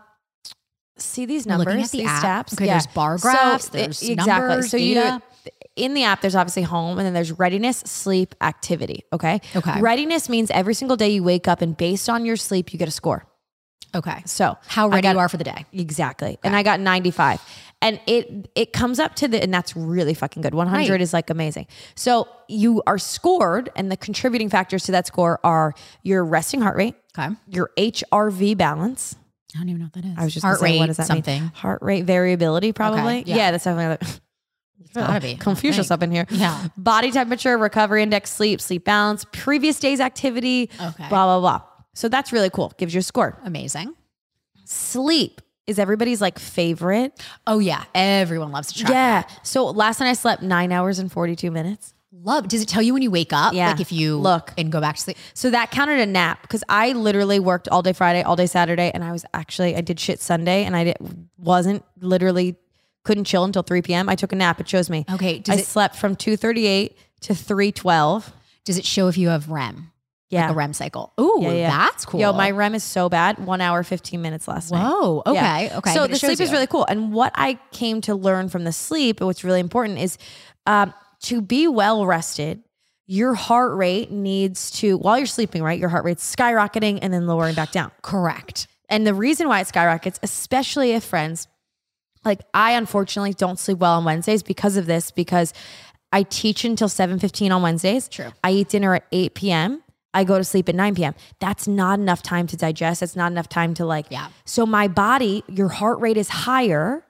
See these
We're
numbers,
looking at the
these
app.
steps. e-
Okay, there's bar graphs, there's numbers, data.
you in the app, there's obviously home, and then there's readiness, sleep, activity. Okay.
Okay.
Readiness means every single day you wake up, and based on your sleep, you get a score.
Okay.
So
How
I
ready
got-
you are for the day.
Exactly. And I got 95. And it it comes up to the and that's really fucking good. 100
Right.
is like amazing. So you are scored and the contributing factors to that score are your resting heart rate,
Okay.
your HRV balance.
I don't even know what that is.
I was just
heart
gonna say,
rate
what does that
something.
mean? Heart rate variability probably.
yeah.
yeah. that's definitely another
gotta be, I
Confucius
think.
up in here.
Yeah.
Body temperature, recovery index, sleep, sleep balance, previous day's activity,
Okay.
blah, blah, blah. So that's really cool. Gives you a score.
Amazing.
Sleep is everybody's like favorite.
Oh yeah, everyone loves to try.
Yeah. So last night I slept nine hours and 42 minutes.
Love. Does it tell you when you wake up?
Yeah.
Like if you
Look.
and go back to sleep.
So that counted a nap because I literally worked all day Friday, all day Saturday, and I was actually, I did shit Sunday and I did, wasn't literally, couldn't chill until 3 p.m. I took a nap. It shows me.
Okay,
I
does it-
slept from 2.38 to 3.12.
Does it show if you have REM?
Yeah.
A REM cycle. Ooh,
Yeah, yeah.
that's cool.
Yo, my REM is so bad. One hour, 15 minutes last night.
Whoa. Okay.
Yeah.
Okay.
So
But it
the
shows
sleep is
you.
really cool. And what I came to learn from the sleep, what's really important is um, to be well rested. Your heart rate needs to, while you're sleeping, right? Your heart rate's skyrocketing and then lowering back down.
correct.
And the reason why it skyrockets, especially if friends, like I unfortunately don't sleep well on Wednesdays because of this, because I teach until 7.15 on Wednesdays.
True.
I eat dinner at 8 p.m. I go to sleep at 9 p.m. That's not enough time to digest. That's not enough time to like.
Yeah.
So my body, your heart rate is higher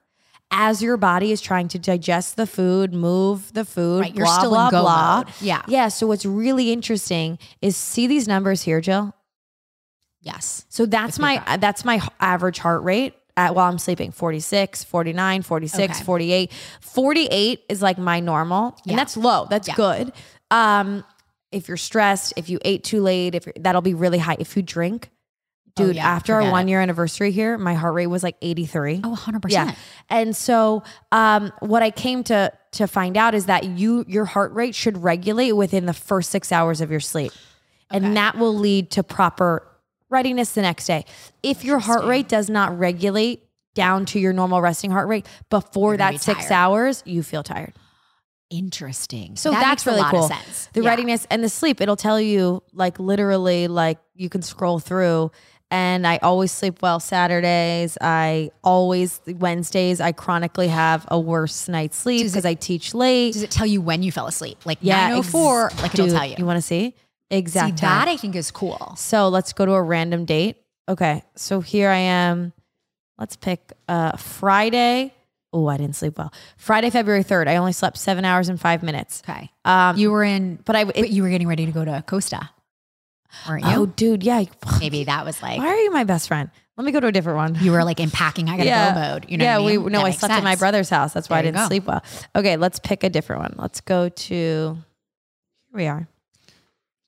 as your body is trying to digest the food, move the food,
Right, you're
blah,
still in
blah,
go
blah.
mode. Yeah.
Yeah. So what's really interesting is see these numbers here, Jill.
Yes.
So that's my uh, that's my h- average heart rate at, while I'm sleeping 46, 49, 46,
Okay.
48. 48 is like my normal.
Yeah.
And that's low. That's
Yeah.
good. Um if you're stressed, if you ate too late, if you're, that'll be really high. If you drink,
Oh,
dude,
yeah,
after our
forget it.
1 year anniversary here, my heart rate was like 83.
Oh, 100%.
Yeah. And so um, what I came to to find out is that you your heart rate should regulate within the first 6 hours of your sleep.
Okay.
And that will lead to proper readiness the next day. If your heart rate does not regulate down to your normal resting heart rate before
gonna be
that 6
tired.
hours, you feel tired.
Interesting.
So
That
that's
makes
really
a lot
cool.
of sense.
The
Yeah.
readiness and the sleep, it'll tell you like literally like you can scroll through and I always sleep well Saturdays. I always Wednesdays I chronically have a worse night's sleep
Does it-
because I teach late.
Does it tell you when you fell asleep? Like
yeah, ex-
904, like it'll
dude,
tell you.
You want to see?
See,
Exactly.
that I think is cool.
So let's go to a random date. Okay. So here I am. Let's pick uh Friday Oh, I didn't sleep well. Friday, February 3rd, I only slept seven hours and five minutes.
Okay.
Um,
You were in,
but I, it-
but you were getting ready to go to Costa, weren't you?
oh, dude, yeah.
Maybe that was like,
Why are you my best friend? Let me go to a different one.
you were like in packing. I got to
Yeah.
go mode. You know
yeah,
what I mean?
we no,
That
I
makes
slept at my
sense.
brother's house. That's why I
There you
didn't
go.
sleep well. Okay, let's pick a different one. Let's go to here we are.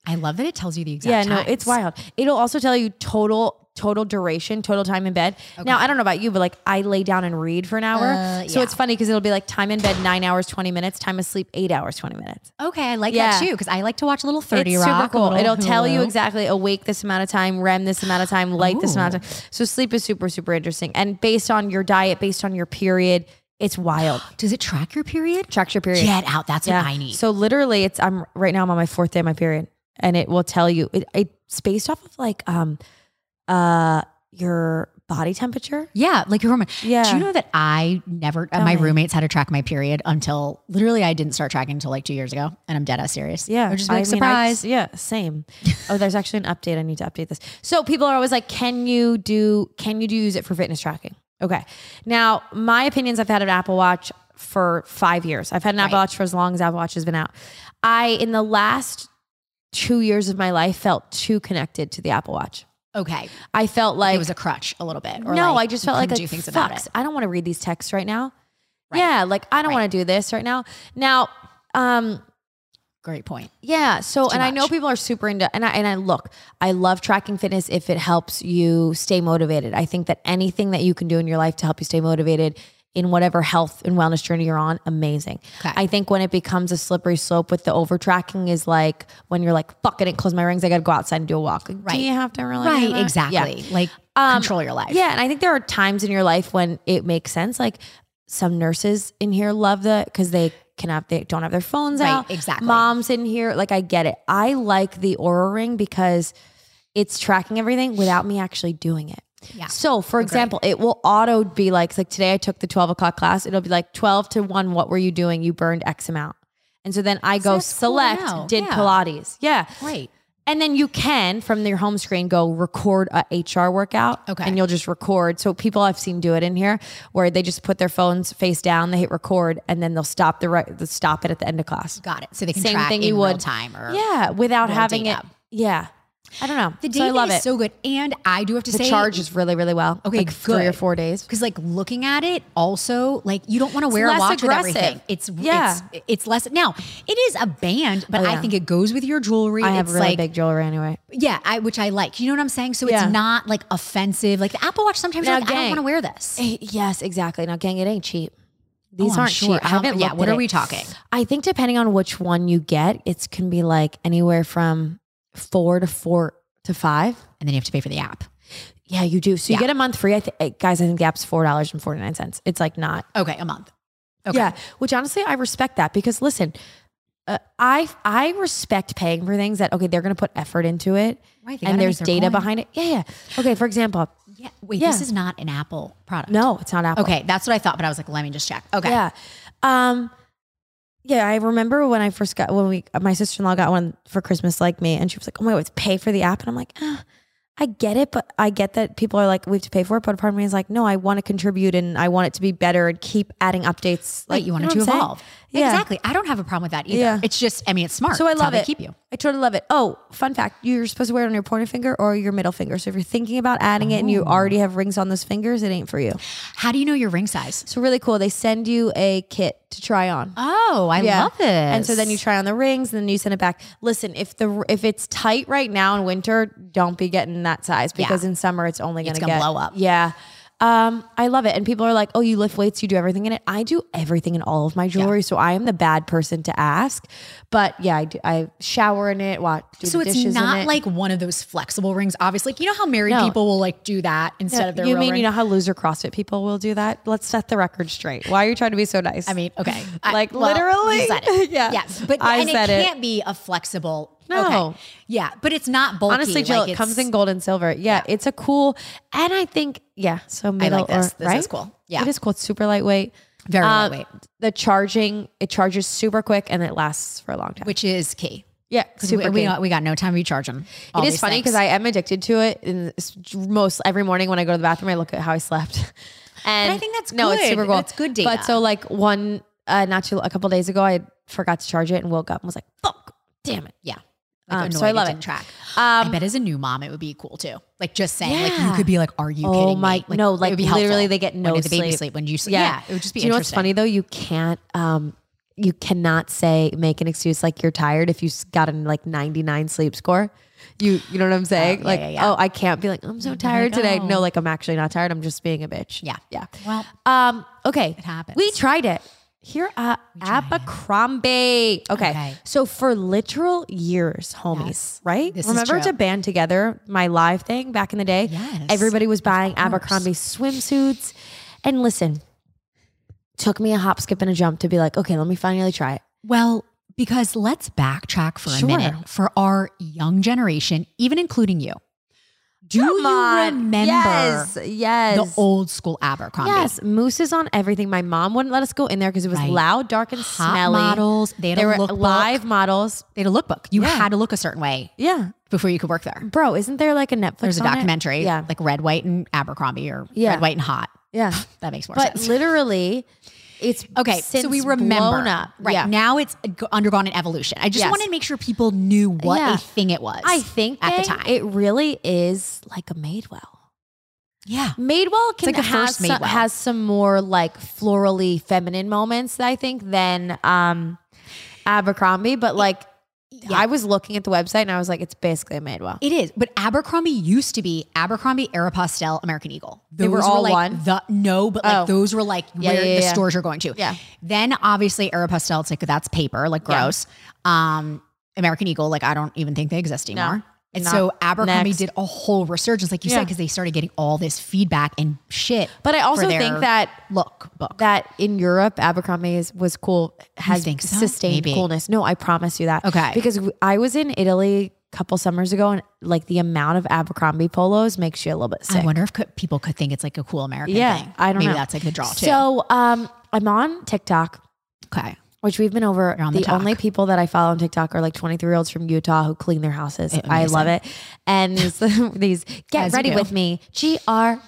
I love that it tells you the exact
Yeah, no, it's
times.
wild. It'll also tell you total total duration, total time in bed. Now, I don't know about you, but like I lay down and read for an hour.
Uh,
So
yeah.
it's funny because it'll be like time in bed 9 hours 20 minutes, time asleep 8 hours 20 minutes.
Okay, I like
Yeah.
that too because I like to watch a little Thirty
it's
Rock. a
Super cool.
little
It'll tell you
Hulu.
exactly awake this amount of time, REM this amount of time, light this amount of time. So sleep is super super interesting. And based on your diet, based on your period, it's wild.
Does it track your period?
Track your period.
Get out. That's what I need.
So literally, it's I'm right now. I'm on my fourth day of my period, and it will tell you. It, it's based off of like um, uh, your body temperature.
yeah, like your hormone.
Yeah.
Do you know that I never, uh, my
me.
roommates had to track my period until literally I didn't start tracking until like two years ago. And I'm dead ass serious. I
Yeah,
would just be like,
I mean, I-
surprise.
yeah, same. oh, there's actually an update. I need to update this. So people are always like, "Can you do? Can you do use it for fitness tracking?" Okay. Now, my opinions. I've had an Apple Watch for five years. I've had an Apple
Right.
Watch for as long as Apple Watch has been out. I, in the last two years of my life, felt too connected to the Apple Watch.
okay.
I felt like
It was a crutch a little bit. Or
no,
like,
I just
you
felt like,
couldn't
like
do things about
fucks,
it.
I don't want to read these texts right now.
Right.
Yeah, like I don't
Right.
want to do this right now. Now, um,
Great point.
yeah. So,
too
and I know
much.
people are super into, and I and I look, I love tracking fitness if it helps you stay motivated. I think that anything that you can do in your life to help you stay motivated in whatever health and wellness journey you're on, amazing.
Okay.
I think when it becomes a slippery slope with the over tracking is like when you're like, fuck, I didn't close my rings, I gotta go outside and do a walk. Like,
Right.
Do you have to really? do
Right.
that? Yeah. Um,
Exactly. Like control your life.
Yeah, and I think there are times in your life when it makes sense. Like some nurses in here love the because they can have they don't have their phones
Right,
out.
exactly.
Moms in here, like I get it. I like the Aura Ring because it's tracking everything without me actually doing it.
Yeah.
So, for example, it will auto be like, like today I took the 12 o'clock class. It'll be like 12 to 1, what were you doing? You burned X amount. And so then I go
that's cool to
select,
know.
did
Yeah.
Pilates. Yeah.
Great.
And then you can, from your home screen, go record a HR workout.
Okay.
And you'll just record. So people I've seen do it in here, where they just put their phones face down, they hit record, and then they'll stop the right, stop it at the end of class.
Got it. So they can
Same
track
thing
in
you
real
would-
time or
Yeah, without having
data.
it. Yeah, I don't know.
The
so I
data
love
is
it.
so good. And I do have to
the
say,
charge is really, really well.
Okay,
like three or
good.
four days.
Because like looking at it, also like you don't want to wear a
less
watch
aggressive.
with everything. It's
Yeah.
it's it's less now. It is a band, but
Oh,
I
yeah.
think it goes with your jewelry.
I have
it's
really
like
big jewelry anyway.
yeah, I which I like. You know what I'm saying? So
Yeah.
it's not like offensive. Like the Apple Watch, sometimes
Now,
you're like, I don't
gang,
want to wear this.
Eh, Yes, exactly. Now, gang, it ain't cheap. These
Oh, I'm
aren't
sure.
cheap. I
How-
haven't
yeah,
looked
what
at
are
it.
we talking?
I think depending on which one you get, it can be like anywhere from four to four to five.
And then you have to pay for the app.
Yeah, you do. So
Yeah.
you get a month free. I think, guys, I think the app's four dollars and forty nine cents. It's like not.
Okay, a month. Okay.
Yeah, which honestly, I respect that because listen, uh, I I respect paying for things that okay, they're gonna put effort into it,
Right, they gotta
and
make
there's
their
data
coin.
behind it. Yeah, yeah. Okay, for example,
Yeah. Wait,
Yeah.
this is not an Apple product.
no, it's not Apple.
Okay, that's what I thought, but I was like, let me just check. Okay.
Yeah. Um yeah, I remember when I first got when we my sister in law got one for Christmas like me, and she was like, "Oh my god, it's pay for the app," and I'm like, ah, "I get it, but I get that people are like, we have to pay for it." But a part of me is like, "No, I want to contribute and I want it to be better and keep adding updates."
Like you want
know
it to
what I'm saying?
evolve.
Yeah.
Exactly. I don't have a problem with that either.
Yeah.
It's just, I mean, it's smart.
So I
It's how
love
they
it.
keep you.
I totally love it. Oh, fun fact: you're supposed to wear it on your pointer finger or your middle finger. So if you're thinking about adding it and
Oh.
you already have rings on those fingers, it ain't for you.
How do you know your ring size?
So really cool. They send you a kit to try on.
Oh, I love this.
And so then you try on the rings, and then you send it back. Listen, if the if it's tight right now in winter, don't be getting that size because in summer it's only going to
gonna
get
blow up.
Yeah. Um, I love it. And people are like, oh, you lift weights, you do everything in it. I do everything in all of my jewelry. So I am the bad person to ask. But yeah, I, do, I shower in it, watch, do
So
the
it's
dishes in
not
it.
like one of those flexible rings. Obviously, like, you know how married
No.
people will like do that instead of their
you
real
mean
ring.
you know how loser CrossFit people will do that? Let's set the record straight. Why are you trying to be so nice?
I mean, okay, I-
like
well,
literally,
you said it.
yeah,
yes, but
I
and
said
it,
it.
can't be a flexible.
No.
okay. yeah, but it's not bulky.
Honestly, Jill,
like,
it comes
it's-
in gold and silver. Yeah, it's a cool, and I think yeah. So
I
middle
like this.
or-
this
right?
is cool. Yeah,
it is cool. It's super lightweight.
very
Um,
lightweight,
The charging, it charges super quick and it lasts for a long time.
which is key.
yeah,
'Cause
super.
we, we
key.
got we got no time to charge them.
it is funny because I am addicted to it. And it's most every morning when I go to the bathroom, I look at how I slept. And
think that's
no, it's
good.
super cool.
That's good data.
But so like one, uh, not too a couple days ago, I forgot to charge it and woke up and was like, fuck, damn it.
Yeah.
Um,
annoyed
so I love
didn't
it.
Track. I
Um,
bet as a new mom, it would be cool too. Like just saying, like you
Yeah.
could be like, "Are you
oh
kidding
my,
me?" Like,
no,
it
like
would be
literally,
helpful.
they get
when
no
did the
sleep.
baby sleep? When do you sleep?
Yeah.
Yeah. it would just be
Do you know what's
interesting.
funny though? You can't. Um, you cannot say make an excuse like you're tired if you s- got a like 99 sleep score. You you know what I'm saying?
Oh, yeah,
like
yeah, yeah.
oh, I can't be like I'm so tired today.
know.
No, like I'm actually not tired. I'm just being a bitch.
Yeah.
yeah.
Well,
Um. Okay.
It happens.
We tried it here at Abercrombie. Okay.
Okay.
So for literal years, homies,
Yes.
right?
This is
Remember
true.
to band together my live thing back in the day?
Yes.
Everybody was buying Abercrombie swimsuits. And listen, took me a hop, skip, and a jump to be like, okay, let me finally try it.
Well, because let's backtrack for
Sure.
a minute for our young generation, even including you. Do
Come
you
on.
remember
Yes.
the
Yes.
old school Abercrombie?
Yes, mooses on everything. My mom wouldn't let us go in there because it was
Right.
loud, dark, and
Hot
smelly.
models. They had
They
a
were
lookbook.
live models.
They had a lookbook. You
Yeah.
had to look a certain way
Yeah,
before you could work there.
bro. Isn't there like a Netflix?
There's a
on it?
documentary,
Yeah,
like Red, White, and Abercrombie, or
Yeah.
Red, White, and Hot.
yeah.
That makes more
but
sense.
literally, it's
Okay,
Since
so we remember
blown up.
right
Yeah.
now it's g- undergone an evolution. I just
Yes.
wanted to make sure people knew what
Yeah.
a thing it was.
I think
at the
thing,
time,
it really is like a Madewell.
yeah,
Madewell can
like a
have
first
some,
Madewell.
has some more like florally feminine moments. I think than um, Abercrombie, but like. I was looking at the website and I was like, it's basically a Madewell.
It is, but Abercrombie used to be Abercrombie, Aeropostale, American Eagle. Those
They were all
like
one?
The no, but like
Oh.
those were like
Yeah,
where
yeah,
the
yeah.
stores you're going to.
Yeah.
Then obviously Aeropostale, it's like that's paper, like
Yeah.
gross. Um, American Eagle, like I don't even think they exist anymore. and
not-
so Abercrombie
next.
did a whole resurgence, like you said,
Yeah.
because they started getting all this feedback and shit.
But I also
for their
think that
look book.
that in Europe, Abercrombie is, was cool, has
think so?
sustained
Maybe.
coolness. No, I promise you that.
Okay.
Because w- I was in Italy a couple summers ago and like the amount of Abercrombie polos makes you a little bit sick.
I wonder if could, people could think it's like a cool American
yeah.
thing.
I don't
Maybe
know.
that's like the draw too.
So um, I'm on TikTok,
okay,
which we've been over.
You're on the
the
talk.
only people that I follow on TikTok are like 23 year olds from Utah who clean their houses. I love it. And these, these get
As you
ready
do.
with me. G R
do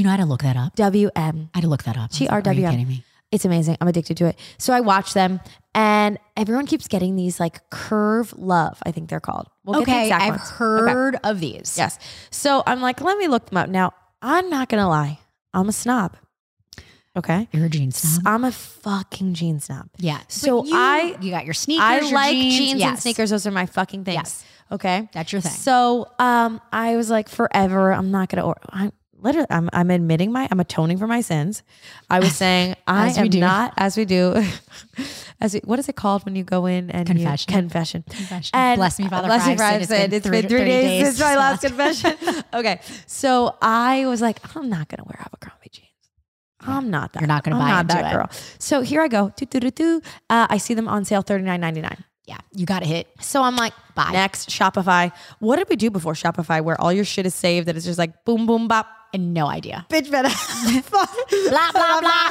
you know how to look that up?
W M.
I had to look that up. I was like, Are you
GRWM.
kidding me?
It's amazing. I'm addicted to it. So I watch them and everyone keeps getting these like curve love, I think they're called. We'll get the
Okay,
exact
I've
ones. Okay.
heard of these.
Yes. So I'm like, let me look them up. Now, I'm not going to lie. I'm a snob. Okay.
You're a jean snob.
I'm a fucking jean snob.
Yeah.
So
But you-
I-
you got your sneakers.
I
your
like jeans, and
yes.
sneakers. Those are my fucking things.
Yes.
Okay.
That's your thing.
So um, I was like, forever, I'm not gonna. Or- I'm literally, I'm, I'm admitting my, I'm atoning for my sins. I was saying, I
As we
am
do.
not as we do. As we, what is it called when you go in and you-
Confession.
confession.
Confession.
And
Bless me, Father
Bless me,
Christ,
Father
it has been
Christ. It's
three-
been three
30
days
days
since my
since
last
my-
confession. Okay, so I was like, I'm not gonna wear Abercrombie jeans. I'm not that.
You're not gonna
I'm
buy
not
into
that
it.
girl. So here I go. Do, do, do, do. Uh, I see them on sale, thirty nine ninety nine.
Yeah. You got to hit.
So I'm like,
Buy.
Next, Shopify. What did we do before Shopify where all your shit is saved and it's just like boom, boom, bop,
And no idea.
bitch better.
Blah, blah, blah.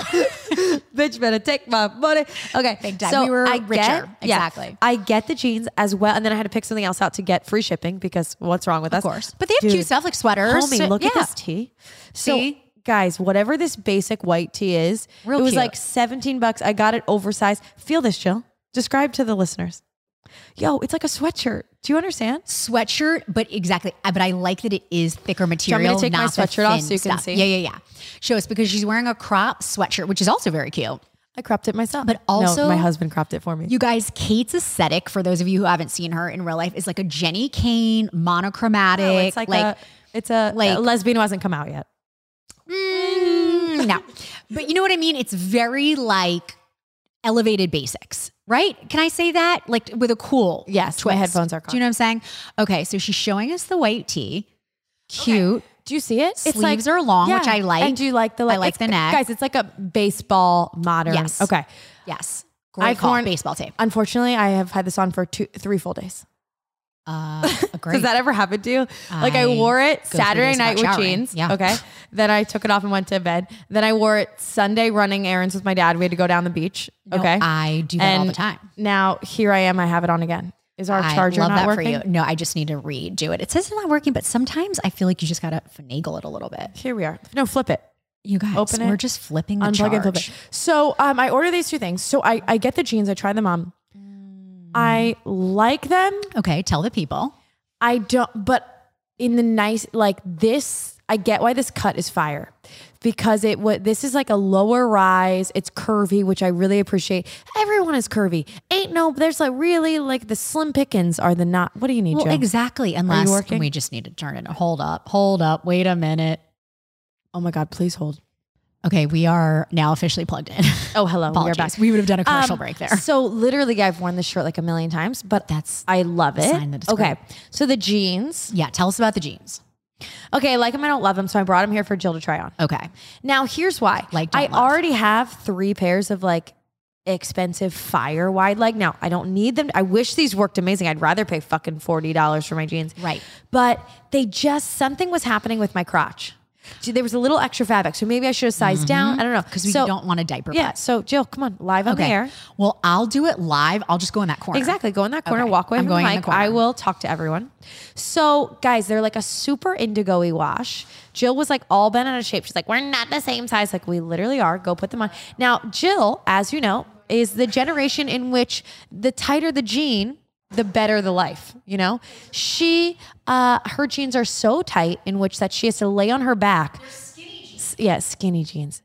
bitch better take my money. Okay.
Big time. We were richer. Exactly.
I get the jeans as well. And then I had to pick something else out to get free shipping because what's wrong with us?
Of course. But they have
Dude,
cute stuff like sweaters.
Homie,
So-
look at
yeah.
this tee. So,
See?
guys, whatever this basic white tee is,
Real
it was
cute.
like 17 bucks. I got it oversized. Feel this, Jill. Describe to the listeners. Yo, it's like a sweatshirt. Do you understand?
Sweatshirt, but exactly. uh, But I like that it is thicker
you want me to
material.
take my
not the
sweatshirt off
thin
so you can
stuff.
see?
Yeah, yeah, yeah. Show us because she's wearing a crop sweatshirt, which is also very cute.
I cropped it myself.
But also-
no, my husband cropped it for me.
You guys, Kate's aesthetic, for those of you who haven't seen her in real life, is like a Jenny Kane monochromatic.
No, Oh, it's like, a, it's a
like-
like lesbian who hasn't come out yet.
Mm, no. But you know what I mean? It's very like elevated basics, right? Can I say that? Like with a cool.
Yes, my
twist.
headphones are
Do you know what I'm saying? Okay, so she's showing us the white tee. Cute.
Do you see it? It's
Sleeves are long, which I like.
And do you like the? Like,
I like
it's-
the neck.
guys. It's like a baseball modern.
Yes.
Okay.
Yes. Great
I've
call.
worn-
baseball tape.
Unfortunately, I have had this on for two, three full days.
Uh, great.
Does that ever happen to you? Like I
I
wore it
through
Saturday
this
night with
without showering.
jeans.
Yeah.
Okay. then I took it off and went to bed. Then I wore it Sunday running errands with my dad. We had to go down the beach.
No,
okay.
I do that all the time.
Now here I am. I have it on again. Is our
I
charger
love
not
that
working?
for you. No, I just need to redo it. It says it's not working, but sometimes I feel like you just gotta finagle it a little bit.
Here we are. No, flip it.
You guys,
Open
we're
it,
just flipping the
unplug and flip
charge.
it. So um, I order these two things. So I, I get the jeans. I try them on. I like them.
Okay, tell the people.
I don't, but in the nice, like this, I get why this cut is fire because it what this is like a lower rise. It's curvy, which I really appreciate. Everyone is curvy. Ain't no, there's like really like the slim pickings are the not. What do you need,
Well,
Joe?
exactly. Unless
working?
we just need to turn it. Hold up. Hold up. Wait a minute.
oh my God, please hold.
Okay, we are now officially plugged in.
Oh, hello.
Apologies.
We're back.
We would have done a commercial
Um,
break there.
So literally, I've worn this shirt like a million times, but
That's
I love it.
sign that it's
okay,
great.
so the jeans.
yeah. Tell us about the jeans.
Okay, I like them, I don't love them, so I brought them here for Jill to try on.
Okay.
Now here's why.
Like, don't
I
love.
already have three pairs of like expensive fire wide leg. Now I don't need them. I wish these worked amazing. I'd rather pay fucking forty dollars for my jeans.
Right.
But they just something was happening with my crotch. Gee, There was a little extra fabric, so maybe I should have sized down. I don't know
Because Mm-hmm. we
So-
don't want a diaper.
Yeah. So Jill, come on, live on
Okay.
the air.
Well, I'll do it live. I'll just go in that corner.
Exactly. Go in that corner,
Okay.
walk away
I'm
from
going
the
in the
mic.
corner.
I will talk to everyone. So, guys, they're like a super indigo-y wash. Jill was like all bent out of shape. She's like, we're not the same size. Like, we literally are. Go put them on. Now, Jill, as you know, is the generation in which the tighter the jean, the better the life, you know? She, uh, her jeans are so tight in which that she has to lay on her back. S- Yeah, skinny jeans.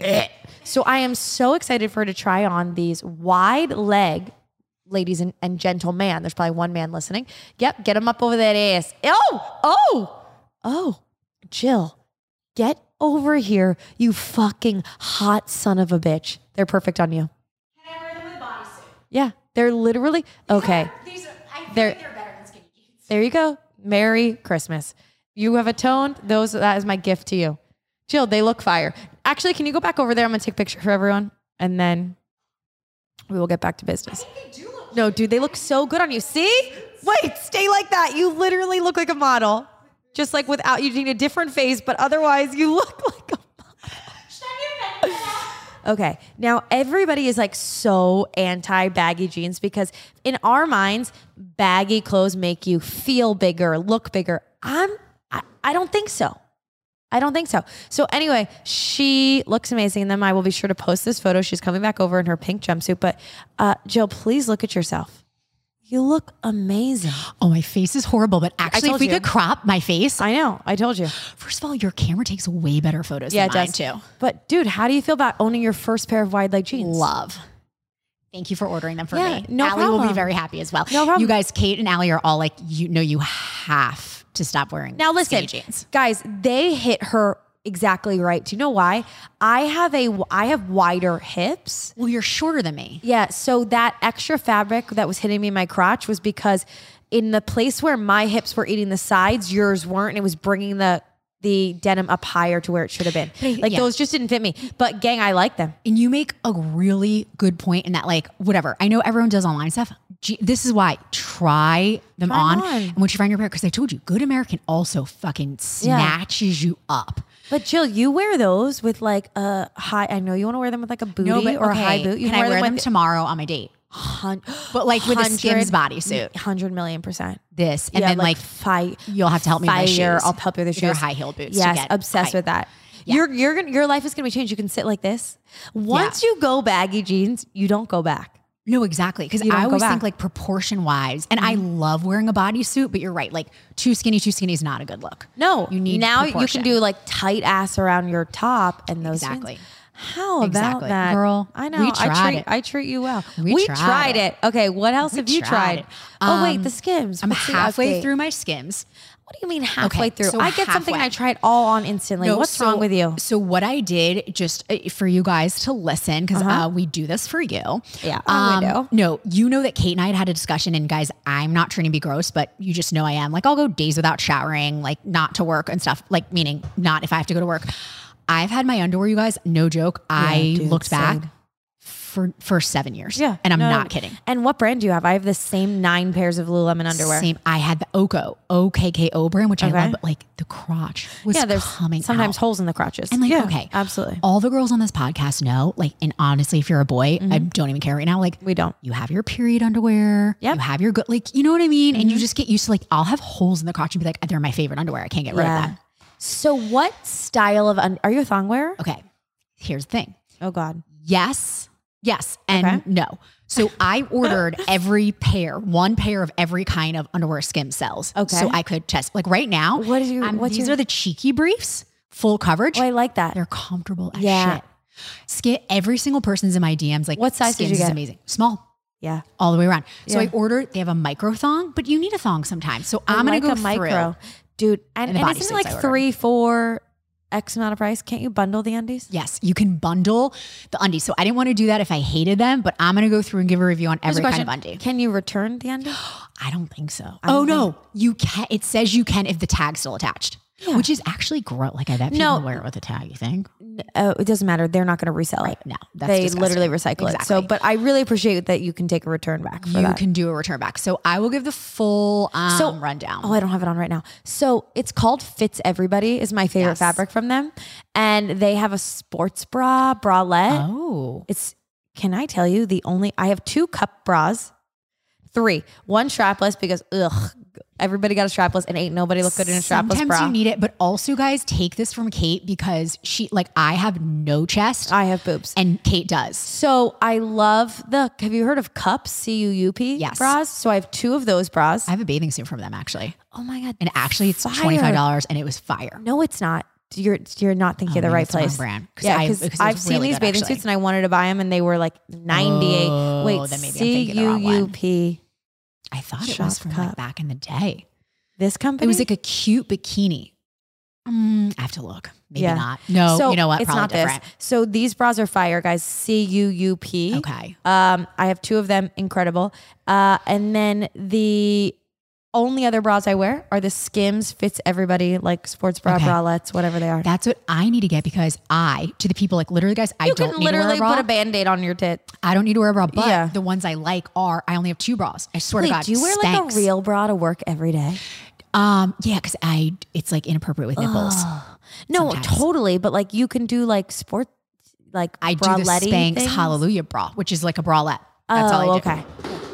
Eh. So I am so excited for her to try on these wide leg ladies and, and gentlemen. There's probably one man listening. Yep, get him up over that ass. Oh, oh, oh, Jill, get over here, you fucking hot son of a bitch. They're perfect on you. Yeah, they're literally okay. They're, there you go. Merry Christmas. You have atoned. Those that is my gift to you. Jill, they look fire. Actually, can you go back over there? I'm gonna take a picture for everyone and then we will get back to business. No, dude, they look so good on you. See? Wait, stay like that. You literally look like a model. Just like without you need a different face, but otherwise you look like a Okay. Now everybody is like so anti baggy jeans because in our minds, baggy clothes make you feel bigger, look bigger. I'm I, I don't think so. I don't think so. So anyway, she looks amazing. And then I will be sure to post this photo. She's coming back over in her pink jumpsuit. But uh, Jill, please look at yourself. You look amazing.
Oh, my face is horrible. But actually,
told
if we
you.
could crop my face,
I know. I told you.
first of all, your camera takes way better photos
Yeah, it
than mine
does
too.
But dude, how do you feel about owning your first pair of wide leg jeans?
Love. Thank you for ordering them for
Yeah,
me.
no
Allie will
problem.
be very happy as well.
No problem.
You guys, Kate and Allie are all like, you know, you have to stop wearing
Now
skinny
listen,
jeans.
guys, they hit her exactly right. Do you know why? I have a I have wider hips.
Well, you're shorter than me.
Yeah, so that extra fabric that was hitting me in my crotch was because in the place where my hips were eating the sides, yours weren't, and it was bringing the the denim up higher to where it should have been. Like
Yeah.
those just didn't fit me. But gang, I like them.
And you make a really good point in that, like, whatever. I know everyone does online stuff. Gee, this is why try them on.
on.
And once you find your pair, because I told you, Good American also fucking snatches you up.
But Jill, you wear those with like a high. I know you want to wear them with like a booty or a high
okay,
boot. You
can I wear them,
with
tomorrow on my date?
hun-
But like with a Skims
100
bodysuit,
hundred million percent.
this, and then like,
fight.
you'll have to help me with my
fire.
shoes.
I'll help you with the shoes.
They're high-heel boots to
Yes,
get
obsessed
high-
with that. Your your your life is gonna be changed. You can sit like this. Once you go baggy jeans, you don't go back.
no, exactly. Because
You don't
I
go
always
back. Mm-hmm.
think like proportion wise, and I love wearing a bodysuit, but you're right. Like too skinny, too skinny is not a good look.
No,
You need
now you can
proportion.
do like tight ass around your top and those
Exactly.
jeans. How about
Exactly.
that,
Girl,
I
we
know. I
tried
treat
it.
I treat you well.
We
tried,
tried
it. Okay, what else have you
tried
tried?
it.
oh wait,
Um,
the Skims.
I'm
What's the
halfway
update?
through my Skims.
What do you mean halfway through?
so
I get something and I
halfway.
try it all on instantly.
No,
What's
so-
wrong with you?
So what I did, just uh, for you guys to listen, because uh we do this for you.
Uh-huh.
Um,
Yeah, Oh, I would know.
No, you know that Kate and I had had a discussion, and guys, I'm not trying to be gross, but you just know I am. Like I'll go days without showering, like not to work and stuff. Like meaning not if I have to go to work. I've had my underwear, you guys. No joke. I
dude,
looked back
same.
for for seven years.
Yeah,
and I'm
no, no,
not
no.
kidding.
And what brand do you have? I have the same nine pairs of Lululemon underwear.
Same. I had the Oko OKKO brand, which
Okay.
I love, but like the crotch was
Yeah, there's
coming
sometimes
out.
holes in the crotches.
And like,
yeah,
okay,
absolutely.
All the girls on this podcast know, like, and honestly, if you're a boy, I don't even care right now. Like,
Mm-hmm. We don't.
You have your period underwear.
Yep. Mm-hmm.
You have your good, like, you know what I mean. And you just get used to like, I'll have holes in the crotch and be like, they're my favorite underwear. I can't get rid
Yeah.
of that.
So, what style of un- are you a thong wearer?
Okay. Here's the thing.
Oh God.
Yes. Yes and no. So I ordered every pair, one pair of every kind of underwear skim cells.
Okay.
So I could test. Like right now,
What is your-
um,
what's
these
your-
are the cheeky briefs, full coverage.
Oh, I like that.
They're comfortable as
Yeah.
shit. Skit every single person's in my DMs like
What size did
skins
you
is
get?
amazing. Small.
Yeah.
All the way around. So
Yeah.
I ordered, they have a micro thong, but you need a thong sometimes. So
I
I'm
like
gonna
a
go
micro,
through.
dude. And,
And the
and
bodysuits
isn't it
I
like
ordered.
three?
Three, four, X amount of price. Can't you bundle the undies?
Yes, you can bundle the undies. So I didn't want to do that if I hated them, but I'm gonna go through and give a review on
Here's a
every kind of
question.
undie.
Can you return the undie?
I don't think so. oh no, you can. It says you can if the tag's still attached, which is actually gross. Like I bet people
No.
wear it with a tag. You think?
oh, it doesn't matter. They're not going to resell it.
No, that's
they
disgusting.
literally recycle it. So,
Exactly.
but I really appreciate that you can take a return back for
You
that.
can do a return back. So I will give the full um,
So-
rundown.
Oh, I don't have it on right now. So it's called Fits Everybody is my favorite
Yes.
fabric from them, and they have a sports bra bralette.
oh,
It's can I tell you the only I have two cup bras, three one strapless because ugh everybody got a strapless and ain't nobody look good in a strapless
sometimes
bra.
you need it, but also, guys, take this from Kate because she, like, I have no chest,
I have boobs.
and Kate does.
So I love the. Have you heard of cups? C U U P.
Yes.
Bras. So I have two of those bras.
I have a bathing suit from them actually,
oh my god.
and actually, it's
Fire.
twenty five dollars, and it was fire.
No, it's not. You're you're not thinking of the
maybe
right
Oh, it's the wrong
place.
brand, 'cause
yeah,
I-
because
because it
I've
was
seen
really
these
good,
bathing
actually.
suits and I wanted to buy them and they were like ninety eight.
Oh,
Wait,
then maybe I'm
C
thinking the
U
wrong one.
U P.
I thought it
Shop
was from like
cup.
back in the day.
This company.
It was like a cute bikini. Mm, I have to look. Maybe
Yeah.
not. No,
so
you know what?
It's
Probably
not
different.
this. So these bras are fire, guys. C U U P.
Okay.
Um, I have two of them, incredible. Uh, and then the only other bras I wear are the Skims Fits Everybody, like sports bra,
Okay.
bralettes, whatever they are.
That's what I need to get because I, to the people, like literally, guys, I
you
don't
can
need
literally
to wear a
put
bra.
a band aid on your tit.
I don't need to wear a bra, but
Yeah.
the ones I like are, I only have two bras. I swear
Wait,
to God.
do you wear like
Spanx.
a real bra to work every day?
Um, yeah, because I, it's like inappropriate with nipples.
No,
Sometimes.
totally. But like you can do like sport, like
I do the
bralette-y
Spanx
things.
Hallelujah bra, which is like a bralette. That's
oh,
all I do.
okay.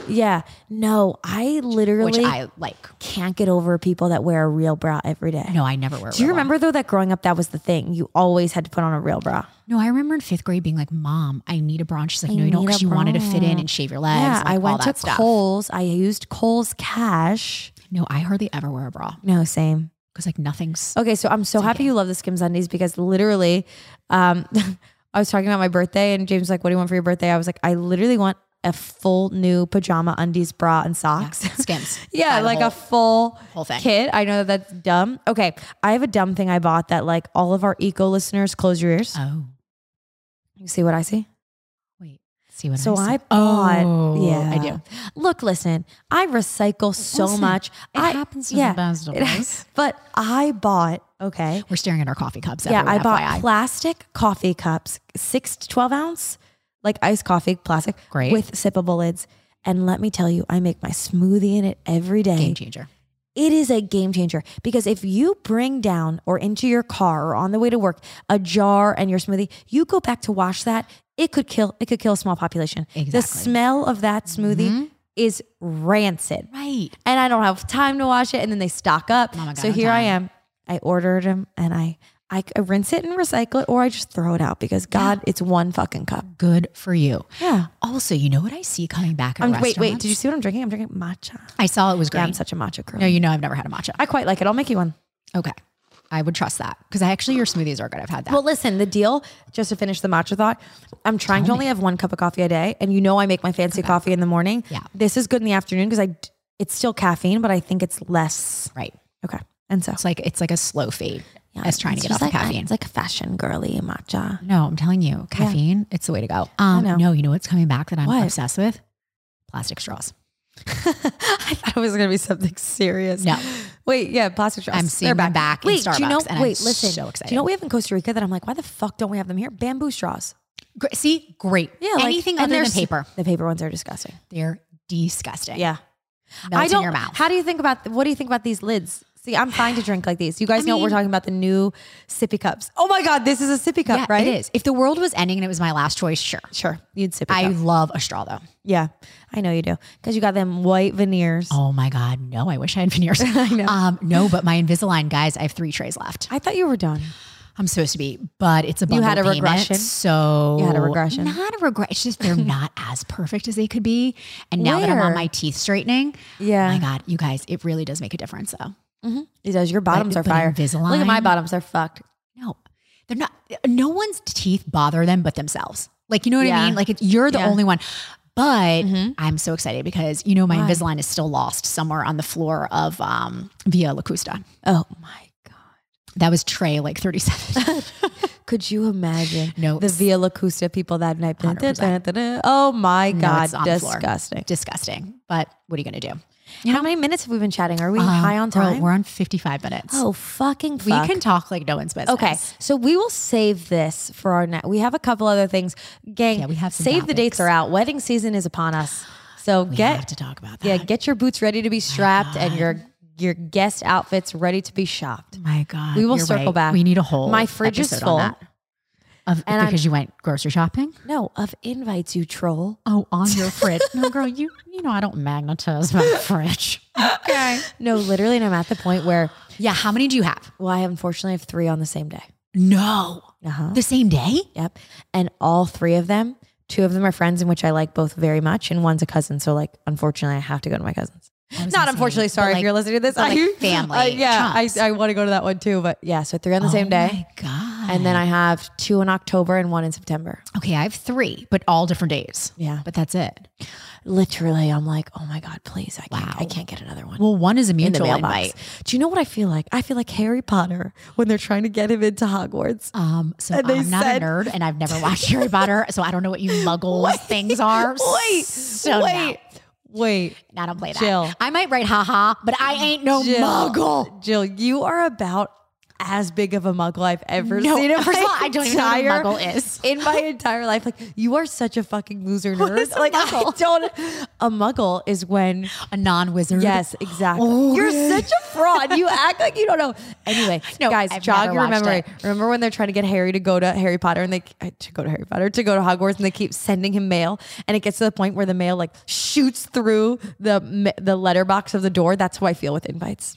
Yeah. No, I literally
Which I like.
can't get over people that wear a real bra every day.
No, I never wear. a
Do you
real bra.
remember though that growing up that was the thing? You always had to put on a real bra.
No, I remember in fifth grade being like, "Mom, I need a bra." And she's like, "No, you don't,"
need a
because you wanted to fit
bra.
in and shave your legs.
Yeah,
like,
I
all
went
that
to
stuff.
Kohl's. I used Kohl's cash.
No, I hardly ever wear a bra
No, same.
because like nothing's.
Okay, so I'm so happy you love the Skims undies because literally, um, I was talking about my birthday and James was like, "What do you want for your birthday?" I was like, "I literally want a full new pajama undies, bra, and socks."
Skims.
Yeah,
Buy the
like
whole-
a full
whole thing.
kit. I know that that's dumb. Okay, I have a dumb thing I bought that like all of our eco listeners close your ears.
Oh
You see what I see?
wait, see what?
So
I,
I
said?
bought.
Oh,
yeah,
I do.
Look, listen, I recycle so
Listen,
much.
It
I,
happens to
yeah,
the best of
it-
us.
but I bought. Okay.
We're staring at our coffee cups.
yeah,
everyone,
I bought
FYI.
plastic coffee cups, six to twelve ounce, like iced coffee, plastic,
Great.
with sippable lids. And let me tell you, I make my smoothie in it every day
game changer.
it is a game changer because if you bring down or into your car or on the way to work a jar and your smoothie, you go back to wash that, it could kill it could kill a small population. The
Exactly. Mm-hmm.
smell of that smoothie is rancid.
Right.
And I don't have time to wash it and then they stock up.
Mama got
so
Oh no
here I
time.
am. I ordered them and I I c- rinse it and recycle it or I just throw it out because god, it's one fucking cup.
Good for you.
Yeah.
Also, you know what I see coming back at
I'm, Oh, Um, wait,
restaurants?
wait, did you see what I'm drinking? I'm drinking matcha.
I saw it was
Yeah,
green.
I'm such a matcha girl.
no, you know I've never had a matcha.
I quite like it. I'll make you one.
okay, I would trust that because I actually your smoothies are good. I've had that.
Well, listen, the deal, just to finish the matcha thought, I'm trying to only have one cup of coffee a day. And you know, I make my fancy coffee in the morning.
Yeah.
This is good in the afternoon because I, d- it's still caffeine, but I think it's less.
right.
Okay. And so,
It's like it's like a slow fade
yeah,
as trying to
it's
get off
just
the
like-
caffeine.
It's like a fashion girly matcha.
no, I'm telling you, caffeine, it's the way to go. Um
know.
no, you know what's coming back that I'm
What?
obsessed with? Plastic straws.
I thought it was going to be something serious.
No.
Wait, yeah, plastic straws.
I'm
They're
seeing them back in
wait, do you know,
Starbucks, and I'm
wait, listen.
so
Do you know what we have in Costa Rica that I'm like, why the fuck don't we have them here? Bamboo straws.
Gr- See, great.
Yeah, like-
anything
and
other
they're
than
s-
paper.
The paper ones are disgusting.
They're disgusting.
Yeah.
Melts
I don't.
in your mouth.
How do you think about what do you think about these lids? See, I'm fine to drink like these. You guys know what we're
mean-
talking about the new sippy cups. Oh my God, this is a sippy cup,
Yeah,
right?
It is. If the world was ending and it was my last choice, sure.
Sure, you'd sip it.
I love a straw though.
yeah, I know you do because you got them white veneers.
Oh my God. No, I wish I had veneers. I know. Um, no, but my Invisalign guys, I have three trays left.
I thought you were done.
I'm supposed to be, but it's a bundle
had a
payment,
regression?
So
You had a regression?
Not a regret. It's just they're not as perfect as they could be. And now that I'm
Where?
on my teeth straightening,
Yeah.
my God, you guys, it really does make a difference though.
It does. Your bottoms
But-
are
but
fire.
Invisalign?
Look at my bottoms are fucked.
No, they're not. No one's teeth bother them but themselves. Like you know what
Yeah.
I mean? Like it's, you're the
Yeah. Mm-hmm.
only one. But I'm so excited because you know my Invisalign is still lost somewhere on the floor of um, Via Lacusta.
Oh my God.
That was tray like 37.
Could you imagine
No.
the Via Lacusta people that night?
100%.
Da-da-da-da-da. Oh my God.
it's on the floor.
Disgusting.
Disgusting. But what are you gonna do?
How many minutes have we been chatting? Are we
Um,
high on
girl,
time?
we're on 55 minutes.
oh, fucking fuck.
we can talk like no one's business.
Okay, so we will save this for our next. We have a couple other things, gang.
Yeah, we have some
save the dates
topics.
are out. Wedding season is upon us, so
We
get
have to Oh talk about that.
Eh, yeah, get your boots ready to be strapped and your your guest outfits ready to be shopped.
my God.
We will
you're
circle
right.
back.
We need a whole
My fridge is
episode
full.
on that. Of,
And I'm-
because you went grocery shopping?
No, of invites, you troll.
Oh, on your fridge. No, girl, you you know I don't magnetize my fridge.
Okay. No, literally, and I'm at the point where
Yeah, how many do you have?
well, I unfortunately have three on the same day.
No.
Uh huh.
The same day?
Yep. And all three of them, two of them are friends in which I like both very much, and one's a cousin. So like, unfortunately, I have to go to my cousin's. Not
insane.
unfortunately.
But,
Sorry
like-
if you're listening to this.
but, like,
I-
family
I- yeah, I,
chunks.
I want to go to that one too. But yeah, so three on the same
Oh
day,
my God.
and then I have two in October and one in September.
Okay, I have three, but all different days.
Yeah.
But that's it.
Literally, I'm like, oh my god, please, I can't, I
Wow.
can't get another one.
Well, one is a
in the
mutual
mailbox.
invite.
Do you know what I feel like? I feel like Harry Potter when they're trying to get him into Hogwarts.
Um, so
And they
I'm not
said-
a nerd and I've never watched Harry Potter, so I don't know what you muggles things are.
Wait,
so no.
wait, wait.
I don't play that.
Jill.
I might write haha, but I ain't no
Jill,
muggle.
Jill, you are about as big of a muggle I've ever
No,
seen. in
first of
my
all, I don't even know what a
entire-
muggle is.
In my entire life, like you are such a fucking loser nerd. like I don't. A muggle is when.
A non wizard.
Yes, exactly.
Oh,
You're
yeah.
such a fraud. You act like you don't know. Anyway,
No,
guys,
I've
jog
never
your
watched
memory.
it.
Remember when they're trying to get Harry to go to Harry Potter and they uh, to go to Harry Potter to go to Hogwarts and they keep sending him mail and it gets to the point where the mail like shoots through the ma- the letterbox of the door. That's how I feel with invites.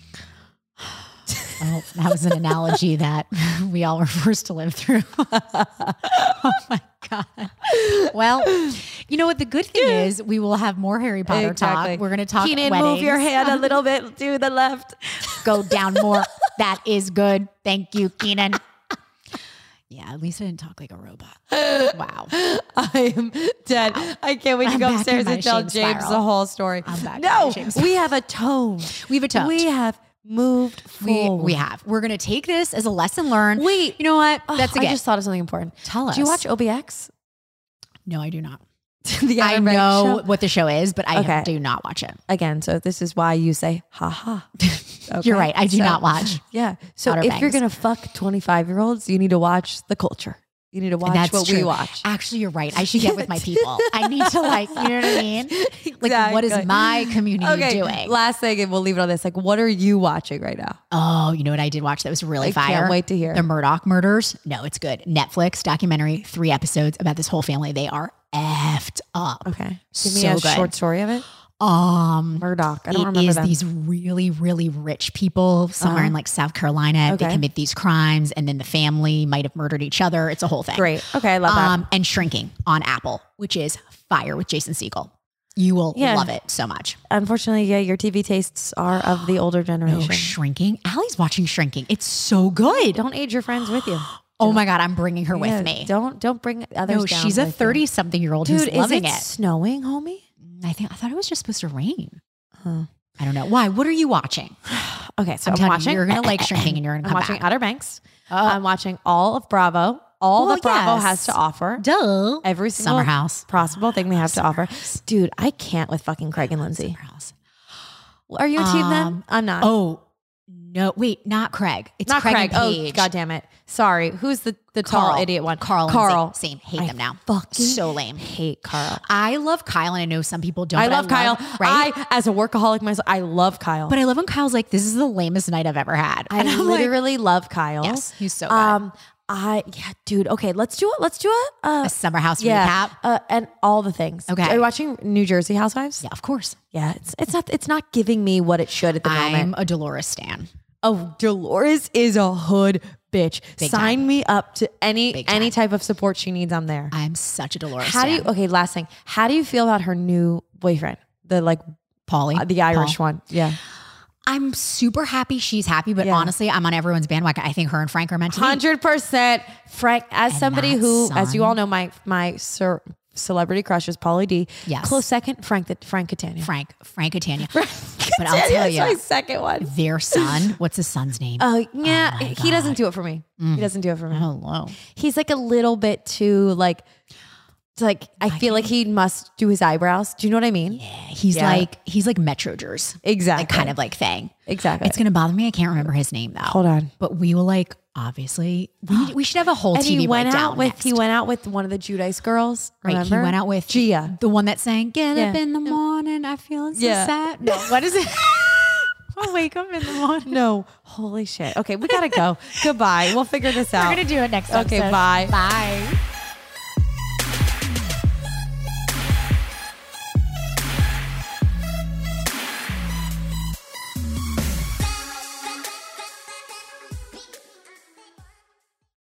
Oh, that was an analogy that we all were forced to live through. oh my God. Well, you know what? The good thing is we will have more Harry Potter
Exactly.
talk. We're going to talk
Keenan,
weddings.
move your hand a little bit to the left.
Go down more. that is good. Thank you, Keenan. Yeah, at least I didn't talk like a robot. Wow.
I am dead. I can't wait to
I'm
go
back in
upstairs
my
and tell
shame
James the
spiral.
whole story.
I'm back in my
no,
shame
we have a tone.
We've atoned.
We have moved
We,
forward.
we have. We're going to take this as a lesson learned.
Wait.
You know what?
Oh,
That's a
I
gift.
just thought of something important.
Tell
Do you watch
us.
OBX?
no, I do not.
the
I
Adam Rank
know
show?
what the show is, but I
Okay.
do not watch it.
Again, so this is why you say ha ha. Okay?
You're right. I do
So-
not watch.
Yeah. So
Outer
if you're
Banks.
gonna fuck 25 year olds, you need to watch the culture. You need to watch
That's
what we
true.
watch.
Actually, you're right. I should get with my people. I need to like, you know what I mean? Like, what
Exactly.
is my community
Okay.
doing?
Last thing, and we'll leave it on this. Like, what are you watching right now?
oh, you know what I did watch that was really
I can't
fire.
wait to hear.
the Murdoch murders. No, it's good. Netflix documentary, three episodes about this whole family. They are effed up.
Okay. Give me
So
a
good.
short story of it.
Um,
Murdoch. Oh. I
It
don't
is
remember them. Uh-huh.
these really, really rich people somewhere in like South Carolina. They
Okay.
commit these crimes, and then the family might have murdered each other. It's a whole thing.
Great. Okay, I love that.
Um, and shrinking on Apple, which is fire with Jason Siegel. You will
Yeah.
love it so much.
Unfortunately, yeah, your TV tastes are of the older
Oh,
generation.
shrinking! Allie's watching Shrinking. It's so good.
don't age your friends with you.
Oh my god, I'm bringing her
Yeah,
with me.
Don't don't bring others.
No,
down
she's a
with
30
you.
something year old who's
Dude, is
loving
it,
it.
snowing, homie?
I think I thought it was just supposed to rain.
Huh.
I don't know why. What are you watching?
Okay, so
I'm telling
I'm,
you,
watching.
you're gonna like Shrinking and you're gonna
I'm
come
watching
back. Oh.
Outer Banks. I'm watching all of Bravo. All
Well,
that Bravo
yes.
has to offer.
Dull.
Every single
summer house.
possible thing they have to offer. Dude, I can't with fucking Craig and Lindsay.
Summer house.
Are you a team then?
Um,
I'm not.
Oh, No, wait, not Craig. It's
Not
Craig.
Craig.
and
Oh,
Paige.
God damn it. Sorry. Who's the, the tall idiot one?
Carl. and
Carl.
Zane. Same. Hate
I
them now.
fucking
so lame.
Hate Carl.
I love Kyle, and I know some people don't.
I
but
love Kyle.
right?
I, as a workaholic myself, I love Kyle.
but I love when Kyle's like, "This is the lamest night I've ever had."
I
And I'm like,
literally love Kyle.
yes, he's so bad.
Um, I yeah, dude. Okay, let's do a let's do a uh,
a summer house
yeah,
recap.
uh, and all the things.
Okay.
are you watching New Jersey Housewives?
Yeah, of course.
Yeah, it's it's not it's not giving me what it should at the
I'm
moment.
a Dolores Stan.
Oh, Dolores is a hood bitch.
Big
Sign me up to
Any
Big
any type of support she needs, I'm there.
I'm such a Dolores.
How do you?
Stan.
Okay, last thing. How do you feel about her new boyfriend? The like
Paulie?
the Irish one. Yeah,
I'm super happy she's happy, but
Yeah.
honestly, I'm on everyone's bandwagon. I think her and Frank are meant to be.
hundred percent. Frank, as
And
somebody
that
who, as you
son.
all know, my my sir, celebrity crush is Pauly D.
Yes.
close second, Frank the Frank Catania.
Frank, Frank Catania.
but
I'll tell ya.
my second one.
Their son. What's his son's name?
Oh Mm. Uh-huh. yeah,
my
he doesn't do it for me. He doesn't do it for me.
Hello.
He's like a little bit too like, it's like I feel like he must do his eyebrows. Do you know what I mean?
He's
Yeah.
like he's like Metrogers.
Exactly.
Like kind of like thing.
Exactly.
It's gonna bother me. I can't remember his name though.
Hold on.
But we will like obviously we, need- we should have a whole
And
TV
he went
breakdown
out with
next.
he went out with one of the Judice girls.
Right,
remember?
he went out with
Gia.
the one that sang "Get up
Yeah.
in the morning." I feel so
Yeah.
sad. No, what is it? I wake up in the morning.
No, holy shit. Okay, we gotta go. Goodbye. We'll figure this out.
We're gonna do it next.
Okay,
episode.
bye.
Bye.